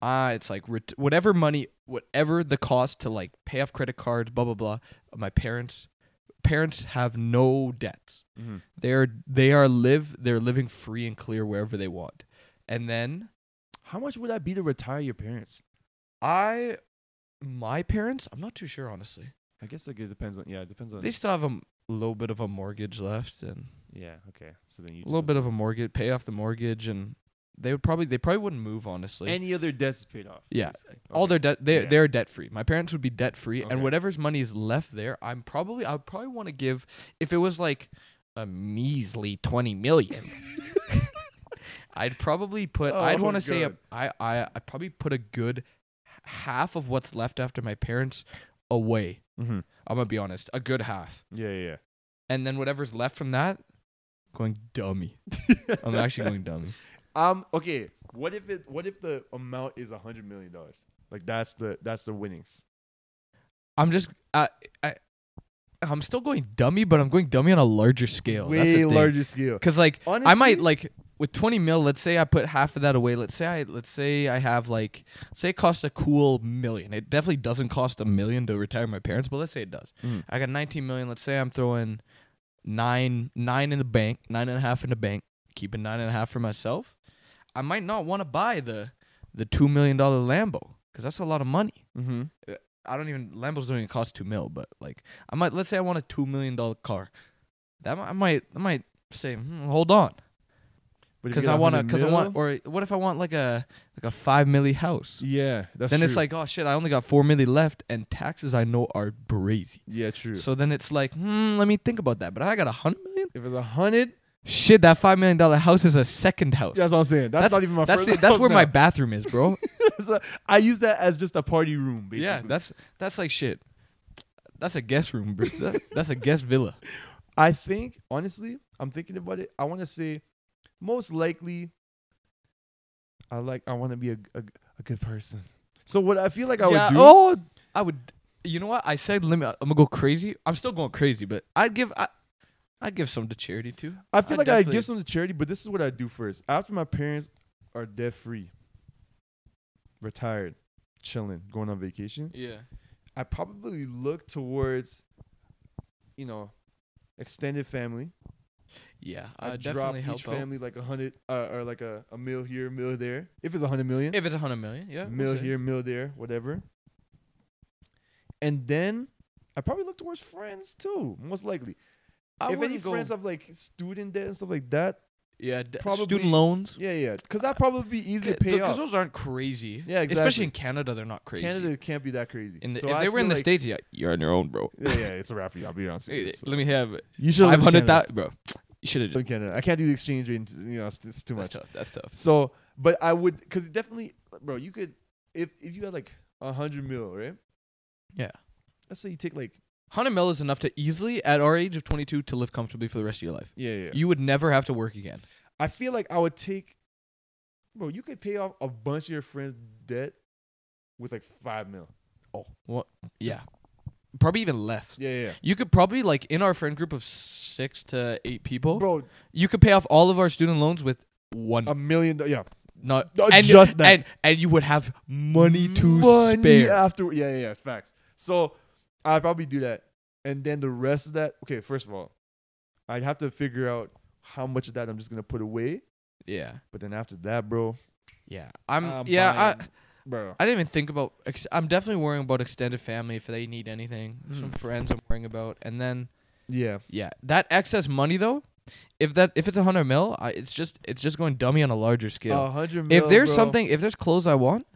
Speaker 3: ah, it's like ret- whatever money, whatever the cost to like pay off credit cards, blah blah blah. My parents, parents have no debts.
Speaker 2: Mhm.
Speaker 3: They're they are live they're living free and clear wherever they want. And then
Speaker 2: How much would that be to retire your parents?
Speaker 3: I my parents, I'm not too sure honestly.
Speaker 2: I guess like it depends on yeah, it depends on
Speaker 3: They still have a m- little bit of a mortgage left and
Speaker 2: yeah, okay. So then
Speaker 3: a
Speaker 2: you
Speaker 3: little bit of a mortgage, pay off the mortgage and they would probably they probably wouldn't move honestly.
Speaker 2: any other debts is paid off.
Speaker 3: Yeah.
Speaker 2: basically.
Speaker 3: All their
Speaker 2: Okay.
Speaker 3: debt they
Speaker 2: Yeah.
Speaker 3: they're debt free. My parents would be debt free
Speaker 2: Okay.
Speaker 3: and whatever's money is left there, I'm probably I would probably want to give if it was like a measly 20 million. I'd probably put. I'd
Speaker 2: Oh,
Speaker 3: want to say a,
Speaker 2: God.
Speaker 3: I I I'd probably put a good h- half of what's left after my parents away.
Speaker 2: Mhm.
Speaker 3: I'm gonna be honest, a good half,
Speaker 2: Yeah, yeah,
Speaker 3: and then whatever's left from that, going dummy.
Speaker 2: yeah.
Speaker 3: I'm actually going dummy.
Speaker 2: Um. Okay. What if it? What if the amount is a hundred million dollars? Like that's the that's the winnings.
Speaker 3: I'm just I I I'm still going dummy, but I'm going dummy on a larger scale. That's the
Speaker 2: Way
Speaker 3: thing.
Speaker 2: larger scale.
Speaker 3: Cause like I might
Speaker 2: Honestly-
Speaker 3: like with 20 mil. Let's say I put half of that away. Let's say I let's say I have like say it costs a cool million. It definitely doesn't cost a million to retire my parents, but let's say it does.
Speaker 2: Mhm.
Speaker 3: I got 19 million. Let's say I'm throwing nine nine in the bank, nine and a half in the bank, keeping nine and a half for myself. I might not want to buy the the two million dollar Lambo because that's a lot of money.
Speaker 2: Mm-hmm.
Speaker 3: I don't even Lambos don't even cost two mil, but like I might let's say I want a two million dollar car. That mi- I might I might say hmm, hold on because I want to because I want or what if I want like a like a five milli house?
Speaker 2: Yeah. That's
Speaker 3: then
Speaker 2: true.
Speaker 3: it's like oh shit, I only got four milli left, and taxes I know are brazy.
Speaker 2: Yeah. True.
Speaker 3: So then it's like hmm, let me think about that. But I got a hundred million.
Speaker 2: if it's a hundred,
Speaker 3: Shit, that five million dollar house is a second house.
Speaker 2: that's what I'm saying. That's, not even my.
Speaker 3: that's
Speaker 2: first
Speaker 3: it- that's
Speaker 2: house
Speaker 3: where my
Speaker 2: now.
Speaker 3: bathroom is, bro.
Speaker 2: That's a- I use that as just a party room. Basically.
Speaker 3: yeah, that's that's like shit. That's a guest room, bro. That- that's a guest villa.
Speaker 2: I think honestly, I'm thinking about it. I want to say, most likely, I like. I want to be a, a a good person. So what I feel like I
Speaker 3: yeah,
Speaker 2: would do.
Speaker 3: Oh, I would. You know what? I said limit. I'm gonna go crazy. I'm still going crazy, but I'd give. I, I'd give some to charity too.
Speaker 2: I feel
Speaker 3: I'd
Speaker 2: like I
Speaker 3: definitely-
Speaker 2: give some to charity, but this is what I do first. After my parents are debt free, retired, chilling, going on vacation,
Speaker 3: Yeah.
Speaker 2: I probably look towards, you know, extended family.
Speaker 3: Yeah.
Speaker 2: I
Speaker 3: I'd
Speaker 2: drop
Speaker 3: definitely
Speaker 2: each
Speaker 3: help out.
Speaker 2: family like a hundred uh, or like a, a meal here, meal there. If it's a hundred million,
Speaker 3: If it's a hundred million, yeah. we'll
Speaker 2: meal
Speaker 3: say.
Speaker 2: here, meal there, whatever. And then I probably look towards friends too, most likely.
Speaker 3: I
Speaker 2: if any
Speaker 3: wouldn't go-
Speaker 2: friends have like student debt and stuff like that,
Speaker 3: yeah, d-
Speaker 2: probably-
Speaker 3: student loans.
Speaker 2: Yeah, yeah, because that probably be easy to pay
Speaker 3: Because
Speaker 2: off.
Speaker 3: those aren't crazy.
Speaker 2: Yeah,
Speaker 3: Especially
Speaker 2: exactly.
Speaker 3: in Canada, they're not crazy.
Speaker 2: Canada can't be that crazy.
Speaker 3: In the,
Speaker 2: So
Speaker 3: if
Speaker 2: I
Speaker 3: they were in
Speaker 2: feel
Speaker 3: the
Speaker 2: like-
Speaker 3: states, yeah, you're on your own, bro.
Speaker 2: yeah, yeah, it's a wrap for you. I'll be honest with you.
Speaker 3: Hey,
Speaker 2: So-
Speaker 3: Let me have
Speaker 2: You should
Speaker 3: five
Speaker 2: live in
Speaker 3: hundred
Speaker 2: Canada.
Speaker 3: thousand, bro. You should have.
Speaker 2: Live in
Speaker 3: just
Speaker 2: Canada. I can't do the exchange rate. You know, it's, it's too
Speaker 3: That's
Speaker 2: much.
Speaker 3: tough. That's tough.
Speaker 2: So, but I would, because definitely, bro, you could, if if you had like a hundred mil, right?
Speaker 3: Yeah.
Speaker 2: Let's say you take like,
Speaker 3: Hundred mil is enough to easily, at our age of twenty two, to live comfortably for the rest of your life.
Speaker 2: yeah, yeah.
Speaker 3: You would never have to work again.
Speaker 2: I feel like I would take, bro. You could pay off a bunch of your friends' debt with like five mil.
Speaker 3: Oh, what? Yeah, probably even less.
Speaker 2: Yeah, yeah,
Speaker 3: You could probably like in our friend group of six to eight people,
Speaker 2: yeah. bro.
Speaker 3: you could pay off all of our student loans with one.
Speaker 2: A million. do- Yeah,
Speaker 3: not
Speaker 2: no,
Speaker 3: mm. and,
Speaker 2: Um, uh, just that.
Speaker 3: and and you would have money to
Speaker 2: Money uh,
Speaker 3: spare.
Speaker 2: after yeah yeah yeah facts so i'd probably do that and then the rest of that okay first of all i'd have to figure out how much of that i'm just gonna put away
Speaker 3: Yeah,
Speaker 2: but then after that bro
Speaker 3: yeah. I'm.
Speaker 2: I'm
Speaker 3: yeah, I.
Speaker 2: buying- bro
Speaker 3: I didn't even think about. Ex- I'm definitely worrying about extended family if they need anything.
Speaker 2: Mhm.
Speaker 3: Some friends I'm worrying about, and then
Speaker 2: Yeah.
Speaker 3: Yeah, that excess money though, if that if it's a hundred mil, I, it's just it's just going dummy on a larger scale.
Speaker 2: A hundred.
Speaker 3: if
Speaker 2: mil,
Speaker 3: there's
Speaker 2: bro,
Speaker 3: something, if there's clothes I want,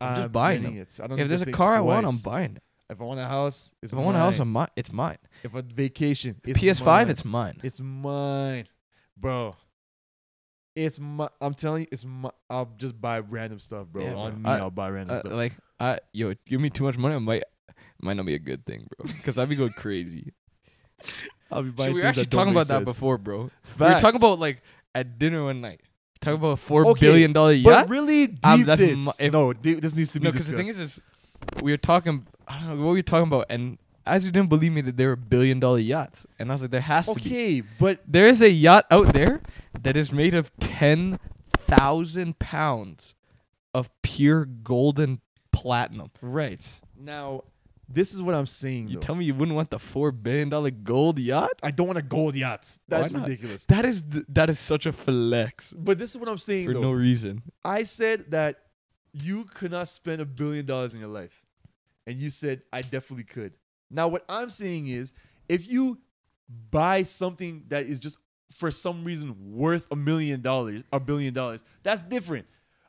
Speaker 3: I'm just buying
Speaker 2: getting
Speaker 3: them.
Speaker 2: It. I don't
Speaker 3: if
Speaker 2: need
Speaker 3: there's
Speaker 2: to
Speaker 3: a
Speaker 2: think
Speaker 3: car I want, I'm
Speaker 2: twice.
Speaker 3: buying it.
Speaker 2: If I want a house, it's
Speaker 3: If I want a house,
Speaker 2: mine.
Speaker 3: I'm mi- it's mine.
Speaker 2: If a vacation, it's
Speaker 3: PS5,
Speaker 2: mine.
Speaker 3: it's mine.
Speaker 2: It's mine, bro. It's my. I'm telling you, it's my. I'll just buy random stuff, bro.
Speaker 3: Yeah, bro.
Speaker 2: On me,
Speaker 3: I-
Speaker 2: I'll buy random
Speaker 3: Uh,
Speaker 2: stuff.
Speaker 3: like, I yo, give me too much money, I might might not be a good thing, bro. Because I'd be going crazy.
Speaker 2: I'll be
Speaker 3: So
Speaker 2: buying.
Speaker 3: we were
Speaker 2: things
Speaker 3: actually
Speaker 2: that don't
Speaker 3: talking
Speaker 2: make
Speaker 3: about that
Speaker 2: sense.
Speaker 3: before, bro. We were
Speaker 2: Facts.
Speaker 3: talking about like at dinner one night. Talking about a four
Speaker 2: Okay,
Speaker 3: billion dollar yacht.
Speaker 2: But really deep
Speaker 3: Um, that's
Speaker 2: this.
Speaker 3: my- if-
Speaker 2: no, deep, this needs to be
Speaker 3: no, because
Speaker 2: discussed.
Speaker 3: the thing is, is we were talking. I don't know what we were talking about, and as you didn't believe me that there were billion dollar yachts, and I was like, there has to be.
Speaker 2: okay, but
Speaker 3: There is a yacht out there that is made of ten thousand pounds of pure gold and platinum.
Speaker 2: right now, this is what I'm saying.
Speaker 3: You
Speaker 2: though.
Speaker 3: tell me you wouldn't want the four billion dollar gold yacht?
Speaker 2: I don't want a gold yacht. That's
Speaker 3: not?
Speaker 2: ridiculous.
Speaker 3: That is th- that is such a flex
Speaker 2: But this is what I'm saying.
Speaker 3: for
Speaker 2: though.
Speaker 3: no reason.
Speaker 2: I said that you could not spend a billion dollars in your life. And you said, I definitely could. Now, what I'm saying is, if you buy something that is just for some reason worth a million dollars, a billion dollars, that's different.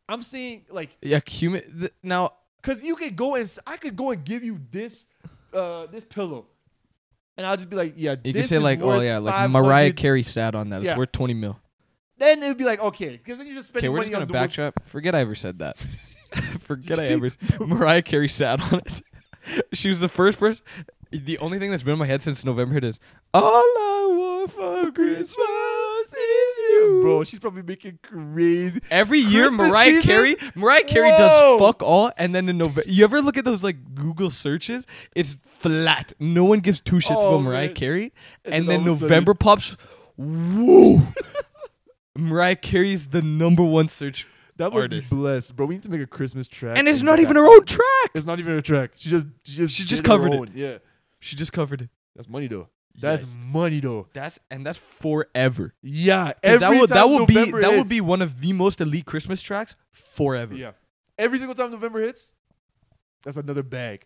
Speaker 2: I'm saying, like,
Speaker 3: Yeah, cumin. Th- now
Speaker 2: because you could go and s- I could go and give you this, uh, this pillow. And I'll just be like, yeah,
Speaker 3: you
Speaker 2: this
Speaker 3: could say
Speaker 2: is
Speaker 3: like, oh
Speaker 2: worth
Speaker 3: yeah, like
Speaker 2: 500.
Speaker 3: Mariah Carey sat on that. It's
Speaker 2: Yeah.
Speaker 3: worth twenty mil.
Speaker 2: Then it'd be like, okay, because then you're just
Speaker 3: Okay,
Speaker 2: spending
Speaker 3: we're
Speaker 2: money
Speaker 3: just gonna
Speaker 2: on the most-
Speaker 3: backtrack. Forget I ever said that. Forget
Speaker 2: you
Speaker 3: I
Speaker 2: see-
Speaker 3: ever. s- Mariah Carey sat on it. she was the first person. The only thing that's been in my head since November hit is all I want for Christmas is you,
Speaker 2: Bro, she's probably making crazy.
Speaker 3: Every year,
Speaker 2: Christmas
Speaker 3: Mariah
Speaker 2: season?
Speaker 3: Carey, Mariah Carey
Speaker 2: Whoa.
Speaker 3: does fuck all, and then in November, you ever look at those like Google searches? It's flat. No one gives two shits
Speaker 2: Oh,
Speaker 3: about Mariah
Speaker 2: man.
Speaker 3: Carey, and,
Speaker 2: And then
Speaker 3: then
Speaker 2: all of a sudden-
Speaker 3: November pops. Whoa, Mariah Carey is the number one search,
Speaker 2: That must
Speaker 3: artist.
Speaker 2: be blessed, bro. We need to make a Christmas track.
Speaker 3: and it's
Speaker 2: with
Speaker 3: not
Speaker 2: that.
Speaker 3: even her own track.
Speaker 2: It's not even a track. She just, she just,
Speaker 3: She just
Speaker 2: did her
Speaker 3: covered it.
Speaker 2: own. Yeah,
Speaker 3: She just covered it.
Speaker 2: that's money though. That's
Speaker 3: Yes.
Speaker 2: money though.
Speaker 3: That's and that's forever.
Speaker 2: Yeah,
Speaker 3: 'Cause
Speaker 2: every
Speaker 3: That will
Speaker 2: time
Speaker 3: that will be
Speaker 2: November
Speaker 3: that will
Speaker 2: hits-
Speaker 3: be one of the most elite Christmas tracks forever.
Speaker 2: Yeah, every single time November hits, that's another bag.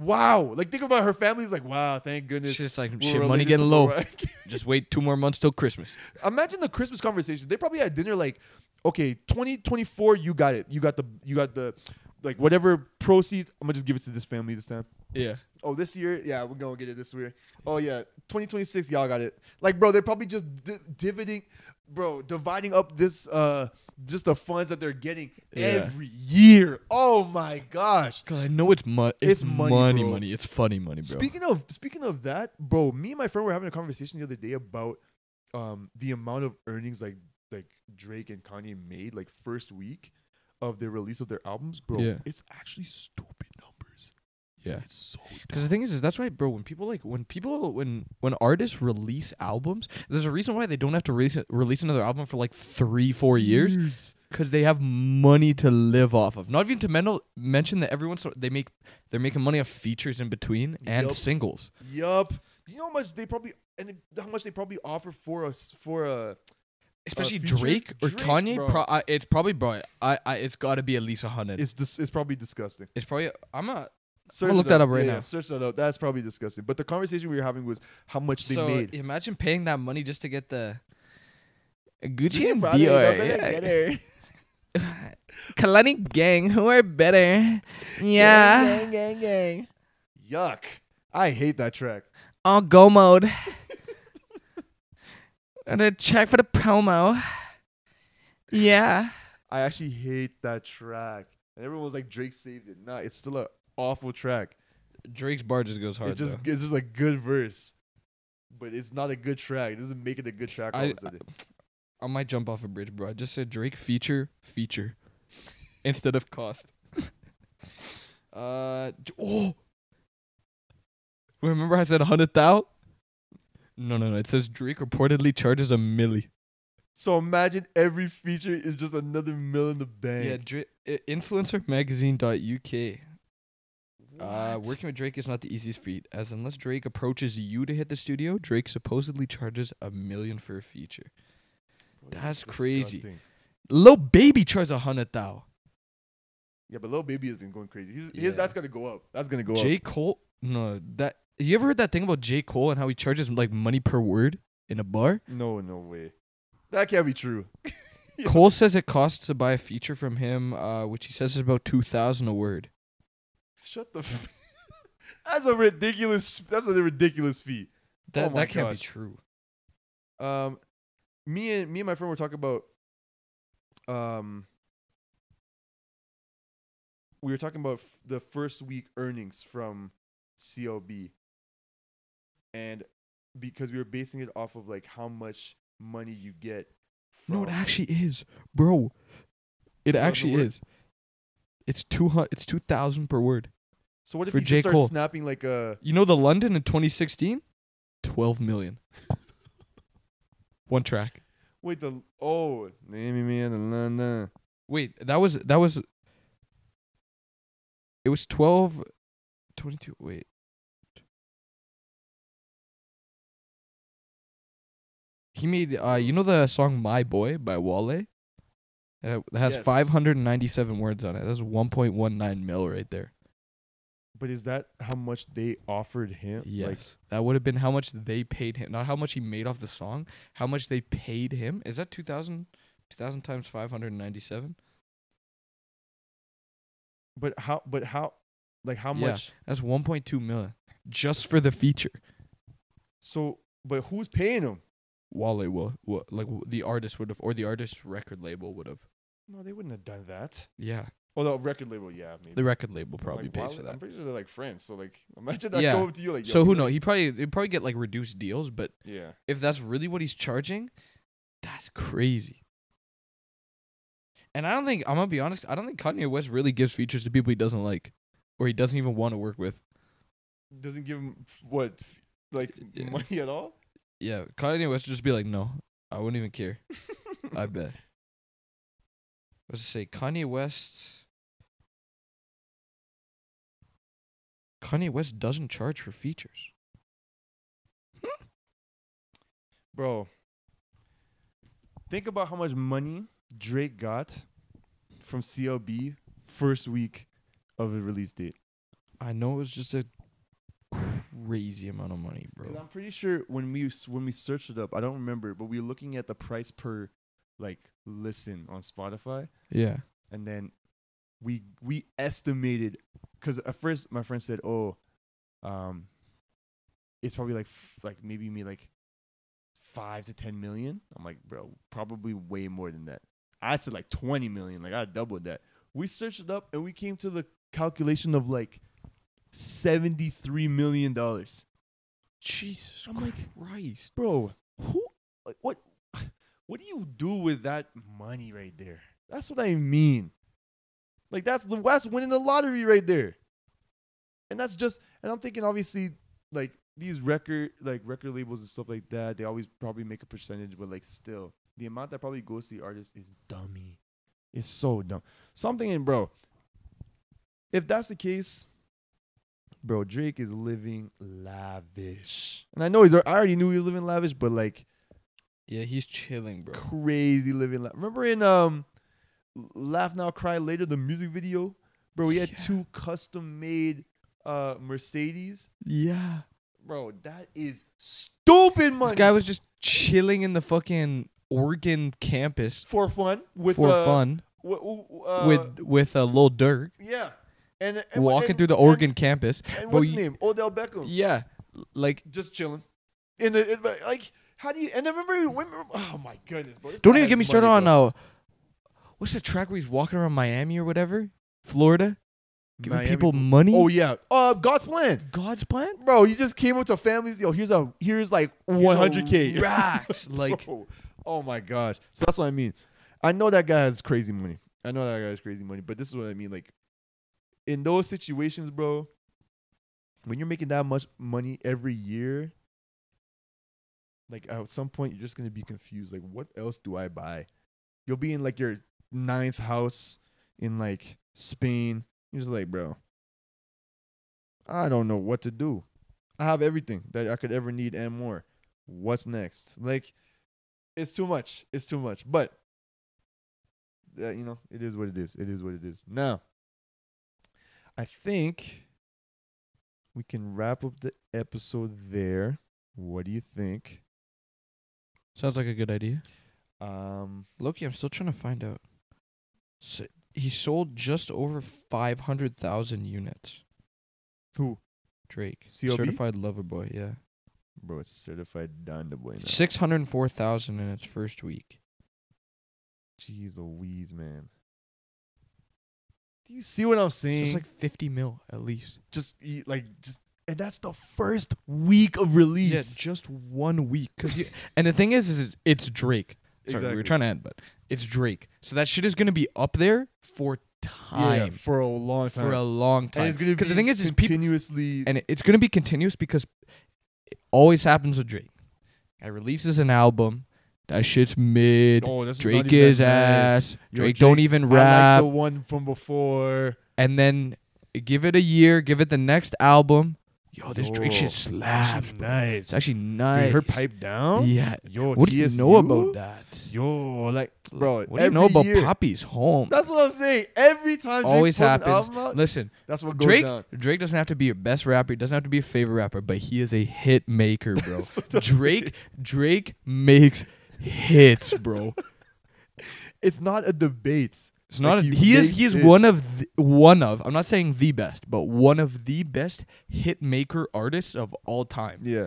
Speaker 2: Wow, like think about her family's like, wow, thank goodness.
Speaker 3: She's just like,
Speaker 2: we're
Speaker 3: shit,
Speaker 2: related
Speaker 3: money
Speaker 2: to
Speaker 3: getting low.
Speaker 2: Mariah Carey.
Speaker 3: Just wait two more months till Christmas.
Speaker 2: Imagine the Christmas conversation. They probably had dinner like, okay, 2024, you got it. You got the, you got the, like whatever proceeds. I'm gonna just give it to this family this time.
Speaker 3: Yeah.
Speaker 2: Oh, this year, yeah, we're gonna get it this year. Oh yeah, 2026, y'all got it. Like, bro, they're probably just di- dividing, bro, dividing up this, uh, just the funds that they're getting
Speaker 3: Yeah.
Speaker 2: every year. Oh my gosh.
Speaker 3: Cause I know it's money. It's,
Speaker 2: It's money,
Speaker 3: money, money,
Speaker 2: bro.
Speaker 3: It's funny money, bro.
Speaker 2: Speaking of speaking of that, bro, me and my friend were having a conversation the other day about, um, the amount of earnings like like Drake and Kanye made like first week of the release of their albums, bro.
Speaker 3: Yeah.
Speaker 2: It's actually stupid numbers.
Speaker 3: yeah.
Speaker 2: It's so.
Speaker 3: Because the thing is, is that's why, bro. When people like, when people, when when artists release albums, there's a reason why they don't have to release release another album for like three, four years, because they have money to live off of. Not even to men- mention that everyone's they make they're making money off features in between and
Speaker 2: Yup.
Speaker 3: singles.
Speaker 2: Yup. You know how much they probably and it- how much they probably offer for us for a
Speaker 3: Especially
Speaker 2: feature-
Speaker 3: Drake or
Speaker 2: Drake,
Speaker 3: Kanye.
Speaker 2: bro.
Speaker 3: Pro- I, it's probably, bro. I, I it's got to be at least a hundred. It's,
Speaker 2: it's dis- it's probably disgusting.
Speaker 3: probably. I'm not.
Speaker 2: Search
Speaker 3: look
Speaker 2: it
Speaker 3: that up right
Speaker 2: Yeah,
Speaker 3: now.
Speaker 2: Search that up. That's probably disgusting. But the conversation we were having was how much they
Speaker 3: so
Speaker 2: made.
Speaker 3: imagine paying that money just to get the. Gucci
Speaker 2: Yeah,
Speaker 3: and
Speaker 2: brother,
Speaker 3: Dior,
Speaker 2: don't
Speaker 3: yeah.
Speaker 2: get it.
Speaker 3: Kalani gang, who are better?
Speaker 2: Gang, gang, gang. Yuck. I hate that track.
Speaker 3: on go mode. and a check for the promo. Yeah.
Speaker 2: I actually hate that track. And everyone was like, Drake saved it. Nah, it's still a awful track.
Speaker 3: Drake's bar just goes hard.
Speaker 2: It just
Speaker 3: though.
Speaker 2: it's just a good verse. But it's not a good track. It doesn't make it a good track all
Speaker 3: I-
Speaker 2: of a sudden.
Speaker 3: I might jump off a bridge, bro. I just said Drake feature feature instead of cost. uh j- oh. Remember I said hundred thou? No, no, no. It says Drake reportedly charges a milli.
Speaker 2: So imagine every feature is just another mill in the bank.
Speaker 3: Yeah, Dra- i- influencermagazine.uk. Uh,
Speaker 2: What?
Speaker 3: working with Drake is not the easiest feat, as unless Drake approaches you to hit the studio, Drake supposedly charges a million for a feature.
Speaker 2: What is
Speaker 3: that's crazy.
Speaker 2: disgusting.
Speaker 3: Lil Baby charges a hundred thou.
Speaker 2: Yeah, but Lil Baby has been going crazy. He's, his,
Speaker 3: Yeah.
Speaker 2: that's gonna go up. That's gonna go
Speaker 3: J Cole, no, that You ever heard that thing about J. Cole and how he charges like money per word in a bar?
Speaker 2: No, no way. That can't be true. Yeah.
Speaker 3: Cole says it costs to buy a feature from him, uh, which he says is about two thousand a word.
Speaker 2: Shut the. F- that's a ridiculous. That's a ridiculous fee.
Speaker 3: That
Speaker 2: Oh my
Speaker 3: that can't
Speaker 2: gosh.
Speaker 3: be true.
Speaker 2: Um, me and me and my friend were talking about. Um. We were talking about f- the first week earnings from CLB. And because we were basing it off of like how much money you get. From
Speaker 3: No, it actually is, bro. It
Speaker 2: $2,000 a
Speaker 3: actually
Speaker 2: word?
Speaker 3: is. It's two hundred. It's two thousand per word.
Speaker 2: So what if
Speaker 3: for
Speaker 2: you
Speaker 3: J.
Speaker 2: just start
Speaker 3: Cole.
Speaker 2: snapping like uh, a?
Speaker 3: You know the London in 2016, 12 million. One track.
Speaker 2: Wait the oh name me in London.
Speaker 3: Wait, that was that was. It was 12, 22. Wait. He made uh, you know the song "My Boy" by Wale. Uh, that has
Speaker 2: Yes.
Speaker 3: 597 words on it. That's 1.19 mil right there.
Speaker 2: But is that how much they offered him?
Speaker 3: Yes.
Speaker 2: Like,
Speaker 3: that would have been how much they paid him, not how much he made off the song, how much they paid him. Is that 2000 2000 times 597?
Speaker 2: but how? But how? Like how
Speaker 3: Yeah.
Speaker 2: much?
Speaker 3: That's 1.2 million just for the feature.
Speaker 2: So, but who's paying him?
Speaker 3: Wale will, will like w- the artist would have or the artist's record label would have.
Speaker 2: No, they wouldn't have done that.
Speaker 3: Yeah.
Speaker 2: Oh, the record label, yeah, maybe.
Speaker 3: The record label
Speaker 2: Like,
Speaker 3: probably pays
Speaker 2: Wale-
Speaker 3: for
Speaker 2: I'm
Speaker 3: that.
Speaker 2: pretty sure they're like friends. So like, imagine that
Speaker 3: Yeah.
Speaker 2: going to you like. yo,
Speaker 3: So
Speaker 2: you
Speaker 3: who
Speaker 2: know-
Speaker 3: knows? He probably they probably get like reduced deals, but
Speaker 2: Yeah.
Speaker 3: if that's really what he's charging, that's crazy. And I don't think I'm gonna be honest. I don't think Kanye West really gives features to people he doesn't like, or he doesn't even want to work with.
Speaker 2: Doesn't give him f- what, f- like
Speaker 3: Yeah.
Speaker 2: money at all.
Speaker 3: Yeah, Kanye West would just be like, no, I wouldn't even care. I bet. Let's just say Kanye West. Kanye West doesn't charge for features.
Speaker 2: Bro, think about how much money Drake got from CLB first week of the release date.
Speaker 3: I know it was just a crazy amount of money, bro.
Speaker 2: Because I'm pretty sure when we s- when we searched it up, I don't remember, but we were looking at the price per like listen on Spotify,
Speaker 3: yeah.
Speaker 2: and then we we estimated because at first my friend said, "Oh, um, it's probably like f- like maybe me like five to ten million. I'm like, bro, probably way more than that. I said like twenty million. Like I doubled that. We searched it up and we came to the calculation of like seventy three million dollars.
Speaker 3: Jesus
Speaker 2: I'm like-
Speaker 3: Christ.
Speaker 2: bro who like what what do you do with that money right there that's what i mean like that's the that's winning the lottery right there and that's just and i'm thinking obviously like these record like record labels and stuff like that they always probably make a percentage but like still the amount that probably goes to the artist is dummy it's so dumb so i'm thinking bro if that's the case bro, Drake is living lavish. And I know he's I already knew he was living lavish, but like
Speaker 3: Yeah, he's chilling, bro.
Speaker 2: crazy living lavish. Remember in um Laugh Now Cry Later the music video, bro, he had
Speaker 3: Yeah.
Speaker 2: two custom made uh Mercedes.
Speaker 3: Yeah.
Speaker 2: Bro, that is stupid money.
Speaker 3: This guy was just chilling in the fucking Oregon campus
Speaker 2: for fun with
Speaker 3: for
Speaker 2: uh,
Speaker 3: fun
Speaker 2: w- w- uh,
Speaker 3: with with a little Durk
Speaker 2: yeah. And, and
Speaker 3: walking
Speaker 2: and-
Speaker 3: through the
Speaker 2: and-
Speaker 3: Oregon campus. Bro,
Speaker 2: And, what's
Speaker 3: you-
Speaker 2: his name? Odell Beckham.
Speaker 3: Yeah, l- like
Speaker 2: Just chilling. In the in, the- like how do you and I remember, remember oh my goodness, bro. this
Speaker 3: don't
Speaker 2: guy
Speaker 3: even
Speaker 2: has
Speaker 3: get me started
Speaker 2: money,
Speaker 3: on
Speaker 2: bro.
Speaker 3: uh, what's that track where he's walking around Miami or whatever, Florida, giving
Speaker 2: Miami
Speaker 3: people
Speaker 2: Fl-
Speaker 3: money.
Speaker 2: Oh yeah, uh, God's plan,
Speaker 3: God's plan.
Speaker 2: bro. You just came up to families. Yo, here's a here's like 100k
Speaker 3: racks. Like
Speaker 2: Bro, oh my gosh. So that's what I mean. I know that guy has crazy money. I know that guy has crazy money. But this is what I mean. Like in those situations, bro, when you're making that much money every year, like at some point you're just gonna be confused. Like, what else do I buy? You'll be in like your ninth house in like Spain. You're just like, bro, I don't know what to do. I have everything that I could ever need and more. What's next? Like, it's too much. It's too much. But uh, you know, it is what it is. It is what it is. Now, I think we can wrap up the episode there. What do you think?
Speaker 3: Sounds like a good idea.
Speaker 2: Um,
Speaker 3: Loki, I'm still trying to find out. So he sold just over 500,000 units.
Speaker 2: who,
Speaker 3: Drake.
Speaker 2: CLB?
Speaker 3: Certified Lover Boy, yeah.
Speaker 2: bro? It's certified Don the Bueno.
Speaker 3: 604,000 in its first week.
Speaker 2: Jeez Louise, man. Do you see what I'm
Speaker 3: So
Speaker 2: saying?
Speaker 3: it's like 50 mil at least.
Speaker 2: just e- like just, and that's the first week of release.
Speaker 3: Yeah, just one week. Cause you, and the thing is, is it's- it's Drake. Sorry, we
Speaker 2: Exactly.
Speaker 3: were trying to add, but it's Drake. So that shit is gonna be up there for
Speaker 2: Yeah,
Speaker 3: time,
Speaker 2: for a long time.
Speaker 3: for a long time.
Speaker 2: And it's gonna be
Speaker 3: the thing is, is people,
Speaker 2: continuously.
Speaker 3: and it- it's gonna be continuous because it always happens with Drake. Guy releases an album, that shit's mid.
Speaker 2: oh, that's not
Speaker 3: Drake
Speaker 2: even
Speaker 3: is
Speaker 2: that bad.
Speaker 3: ass.
Speaker 2: Yo,
Speaker 3: Drake, don't
Speaker 2: Drake,
Speaker 3: even
Speaker 2: I like
Speaker 3: rap.
Speaker 2: the one from before.
Speaker 3: and then give it a year, give it the next album. Yo, Oh, this Drake
Speaker 2: Yo,
Speaker 3: shit
Speaker 2: this
Speaker 3: slaps,
Speaker 2: shit
Speaker 3: bro.
Speaker 2: nice.
Speaker 3: It's actually
Speaker 2: Dude,
Speaker 3: nice.
Speaker 2: her pipe down.
Speaker 3: Yeah.
Speaker 2: Yo,
Speaker 3: What do you know about that?
Speaker 2: Yo, like, bro,
Speaker 3: what do you know
Speaker 2: every
Speaker 3: about
Speaker 2: year-
Speaker 3: Poppy's home?
Speaker 2: That's what I'm saying. Every time Drake
Speaker 3: Always
Speaker 2: pulls an
Speaker 3: happens.
Speaker 2: album out,
Speaker 3: Listen,
Speaker 2: that's what goes
Speaker 3: Drake.
Speaker 2: down.
Speaker 3: Drake doesn't have to be your best rapper. He doesn't have to be a favorite rapper, but he is a hit maker, bro. Drake. Drake makes hits, bro.
Speaker 2: It's not a debate.
Speaker 3: It's not.
Speaker 2: Like,
Speaker 3: a,
Speaker 2: he
Speaker 3: he, is.
Speaker 2: makes
Speaker 3: He is
Speaker 2: hits.
Speaker 3: one of the, one of. I'm not saying the best, but one of the best hit maker artists of all time.
Speaker 2: Yeah,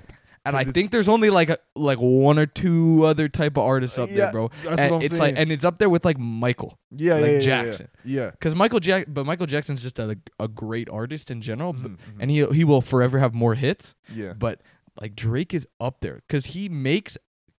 Speaker 3: And
Speaker 2: 'Cause
Speaker 3: I
Speaker 2: it's-
Speaker 3: think there's only like a, like one or two other type of artists up
Speaker 2: Yeah,
Speaker 3: there, bro.
Speaker 2: that's what
Speaker 3: and
Speaker 2: I'm
Speaker 3: it's
Speaker 2: saying.
Speaker 3: like and it's up there with like Michael.
Speaker 2: yeah,
Speaker 3: Like
Speaker 2: yeah, yeah, yeah,
Speaker 3: Jackson.
Speaker 2: Yeah, yeah.
Speaker 3: Cuz Michael Jack but Michael Jackson's just a, a great artist in general but, and he he will forever have more hits,
Speaker 2: Mm-hmm. yeah.
Speaker 3: but like Drake is up there cuz he makes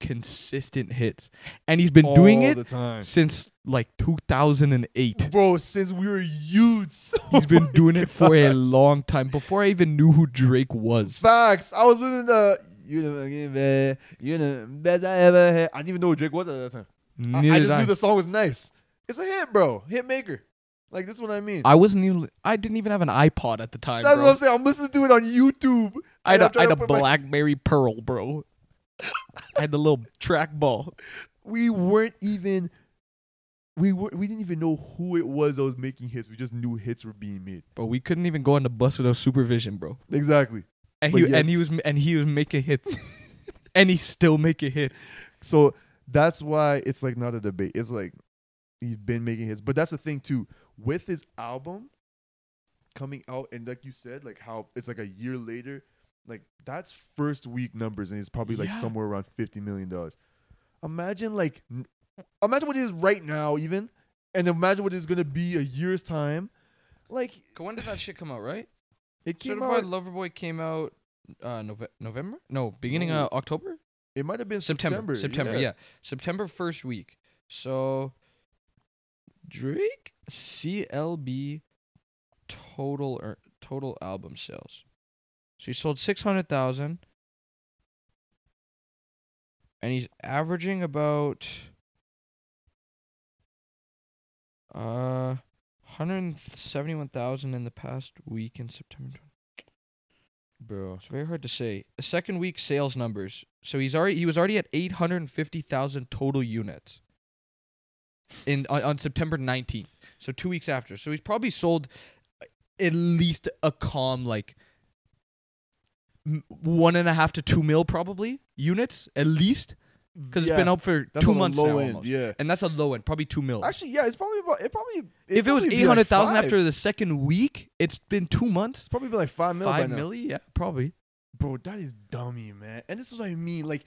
Speaker 3: consistent hits and he's been doing
Speaker 2: All
Speaker 3: it
Speaker 2: the time,
Speaker 3: since like 2008.
Speaker 2: bro. Since we were youths,
Speaker 3: He's been doing it for a long time before I even knew who Drake was.
Speaker 2: Facts. I was listening to you know again, man. You know best I ever had. I didn't even know who Drake was at that time. I- I,
Speaker 3: Neither
Speaker 2: just
Speaker 3: did
Speaker 2: knew the song was nice. It's a hit, bro. Hit maker. Like this is what I mean.
Speaker 3: I wasn't even I didn't even have an iPod at the time,
Speaker 2: That's
Speaker 3: bro.
Speaker 2: what I'm saying. I'm listening to it on YouTube.
Speaker 3: I had
Speaker 2: And I'm
Speaker 3: a, I
Speaker 2: trying
Speaker 3: had
Speaker 2: to
Speaker 3: a
Speaker 2: put my-
Speaker 3: BlackBerry Pearl, bro. I had the little trackball.
Speaker 2: we weren't even. We were, we didn't even know who it was that was making hits. We just knew hits were being made.
Speaker 3: Bro, we couldn't even go on the bus without supervision, bro.
Speaker 2: Exactly.
Speaker 3: And
Speaker 2: But
Speaker 3: he and
Speaker 2: yet-
Speaker 3: he was and he was making hits, and he's still making hits.
Speaker 2: So that's why it's like not a debate. It's like he's been making hits, but that's the thing too with his album coming out, and like you said, like how it's like a year later, like that's first week numbers, and it's probably like
Speaker 3: Yeah.
Speaker 2: somewhere around fifty million dollars. Imagine like, n- imagine what it is right now, even, and imagine what it's gonna be a year's time. Like
Speaker 3: When did that shit come out? Right,
Speaker 2: it came out,
Speaker 3: Lover Boy came out uh Nove- November? No,
Speaker 2: beginning, No.
Speaker 3: of October.
Speaker 2: it might have been
Speaker 3: September.
Speaker 2: September.
Speaker 3: September, yeah. September first week. So Drake CLB total er, total album sales. So he sold six hundred thousand, and he's averaging about uh hundred seventy one thousand in the past week in September.
Speaker 2: bro.
Speaker 3: It's very hard to say. The second week sales numbers. So he's already he was already at 850,000 total units in on, on September 19th. So 2 weeks after. So he's probably sold at least a calm like m- one and a half to two mil probably units at least because it's been
Speaker 2: Yeah,
Speaker 3: up for
Speaker 2: that's
Speaker 3: two
Speaker 2: on the
Speaker 3: months
Speaker 2: low
Speaker 3: now
Speaker 2: end,
Speaker 3: almost.
Speaker 2: yeah.
Speaker 3: and that's a low end probably two mil
Speaker 2: Actually, yeah, it's probably about it. Probably
Speaker 3: if it was
Speaker 2: probably be
Speaker 3: eight hundred thousand
Speaker 2: like five.
Speaker 3: after the second week it's been two months
Speaker 2: It's probably been like five mil by
Speaker 3: five
Speaker 2: now.
Speaker 3: milli yeah probably
Speaker 2: Bro, that is dummy, man. And this is what I mean. Like,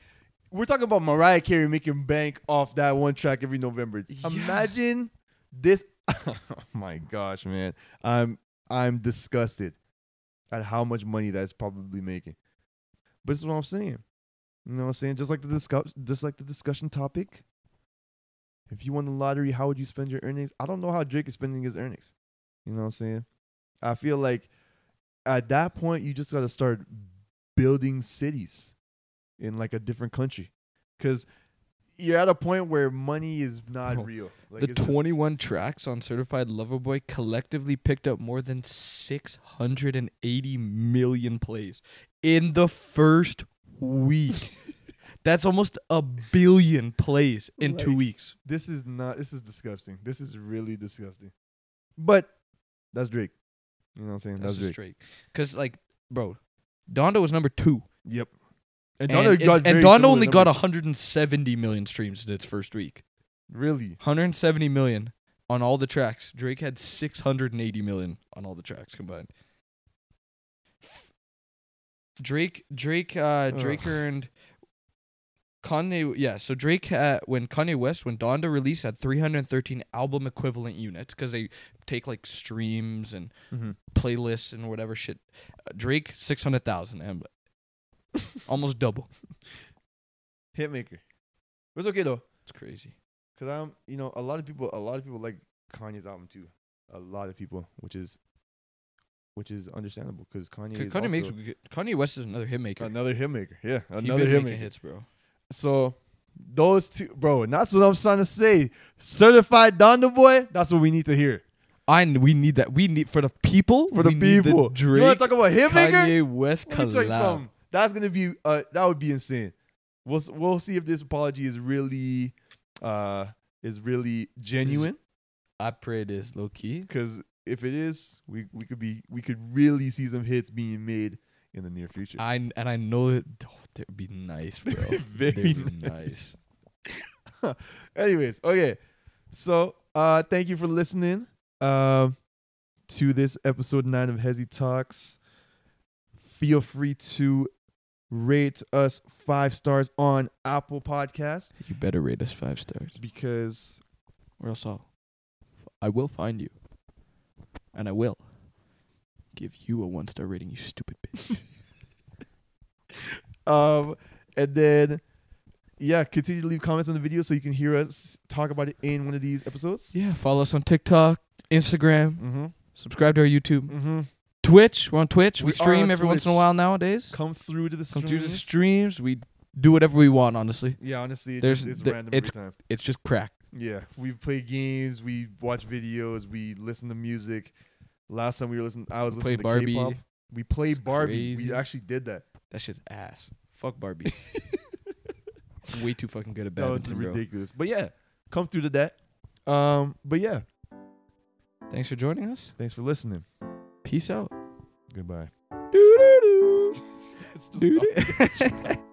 Speaker 2: we're talking about Mariah Carey making bank off that one track every November.
Speaker 3: Yeah.
Speaker 2: Imagine this. oh my gosh, man. I'm I'm disgusted at how much money that's probably making. But this is what I'm saying. You know what I'm saying? Just like the discuss just like the discussion topic. If you won the lottery, how would you spend your earnings? I don't know how Drake is spending his earnings. You know what I'm saying? I feel like at that point you just gotta start building cities in like a different country. Cause you're at a point where money is not
Speaker 3: Bro,
Speaker 2: real. Like
Speaker 3: the
Speaker 2: it's just-
Speaker 3: 21 tracks on Certified Lover Boy collectively picked up more than 680 million plays in the first week. That's almost a billion plays in two
Speaker 2: Like-
Speaker 3: weeks.
Speaker 2: This is not. This is disgusting. This is really disgusting. But that's Drake. You know what I'm saying?
Speaker 3: That's
Speaker 2: That's,
Speaker 3: just
Speaker 2: Drake.
Speaker 3: Drake. Because, like, bro. Donda was number two,
Speaker 2: Yep. And
Speaker 3: and,
Speaker 2: Donda
Speaker 3: it-
Speaker 2: got
Speaker 3: and
Speaker 2: very
Speaker 3: Donda
Speaker 2: similar
Speaker 3: only got
Speaker 2: numbers.
Speaker 3: 170 million streams in its first week.
Speaker 2: really
Speaker 3: 170 million on all the tracks. Drake had 680 million on all the tracks combined. Drake Drake uh Drake
Speaker 2: Ugh.
Speaker 3: earned Kanye yeah, so Drake uh, when Kanye West when Donda released had 313 album equivalent units cuz they take like streams and
Speaker 2: Mhm.
Speaker 3: playlists and whatever shit. Uh, Drake 600,000 and almost double.
Speaker 2: hitmaker. It was okay though,
Speaker 3: It's crazy.
Speaker 2: cause I'm you know a lot of people a lot of people like Kanye's album too, a lot of people, which is which is understandable because Kanye is
Speaker 3: Kanye makes
Speaker 2: also
Speaker 3: Kanye West is another hitmaker.
Speaker 2: another hitmaker. Yeah,
Speaker 3: He
Speaker 2: another
Speaker 3: been making
Speaker 2: hitmaker.
Speaker 3: hits, bro.
Speaker 2: So those two, bro. and That's what I'm trying to say. Certified Donda boy. That's what we need to hear
Speaker 3: I kn- we need that. We need for the people.
Speaker 2: for the
Speaker 3: we need
Speaker 2: people. you want
Speaker 3: Drake,
Speaker 2: to talk about hitmaker?
Speaker 3: Kanye West
Speaker 2: Let me tell you
Speaker 3: collab.
Speaker 2: something. That's gonna be uh, that would be insane. We'll s- we'll see if this apology is really uh is really genuine.
Speaker 3: I pray it is low key.
Speaker 2: Because if it is, we we could be we could really see some hits being made in the near future.
Speaker 3: I kn- and I know that oh, that'd be nice, bro.
Speaker 2: Very
Speaker 3: That'd be
Speaker 2: nice. Anyways, okay. So uh thank you for listening um to this episode nine of Hezzy Talks. Feel free to rate us five stars on Apple Podcasts
Speaker 3: You better rate us five stars,
Speaker 2: because
Speaker 3: or else I'll f- I will find you, and I will give you a one star rating. You stupid bitch.
Speaker 2: um and then yeah, continue to leave comments on the video so you can hear us talk about it in one of these episodes.
Speaker 3: yeah, follow us on TikTok, Instagram.
Speaker 2: Mm-hmm.
Speaker 3: Subscribe to our YouTube,
Speaker 2: Mm-hmm.
Speaker 3: Twitch. We're on Twitch. We,
Speaker 2: We are
Speaker 3: stream
Speaker 2: on
Speaker 3: every once in a
Speaker 2: Twitch.
Speaker 3: while nowadays.
Speaker 2: Come through to the
Speaker 3: Come through the
Speaker 2: streams.
Speaker 3: streams. We do whatever we want. Honestly.
Speaker 2: Yeah, honestly, it
Speaker 3: There's-
Speaker 2: just, it's
Speaker 3: there-
Speaker 2: random
Speaker 3: it's-
Speaker 2: every time.
Speaker 3: it's just crack.
Speaker 2: Yeah, we play games, we watch videos, we listen to music. Last time we were listening, I was
Speaker 3: Play
Speaker 2: listening to
Speaker 3: Barbie.
Speaker 2: K-pop. We played Barbie.
Speaker 3: crazy.
Speaker 2: We actually did that.
Speaker 3: That shit's ass. Fuck Barbie. Way too fucking good at
Speaker 2: that was
Speaker 3: badminton, bro.
Speaker 2: ridiculous. But yeah, come through to that. Um, but yeah,
Speaker 3: Thanks for joining us.
Speaker 2: thanks for listening.
Speaker 3: Peace out.
Speaker 2: Goodbye.
Speaker 3: Doo doo doo.
Speaker 2: It's
Speaker 3: Doo doo.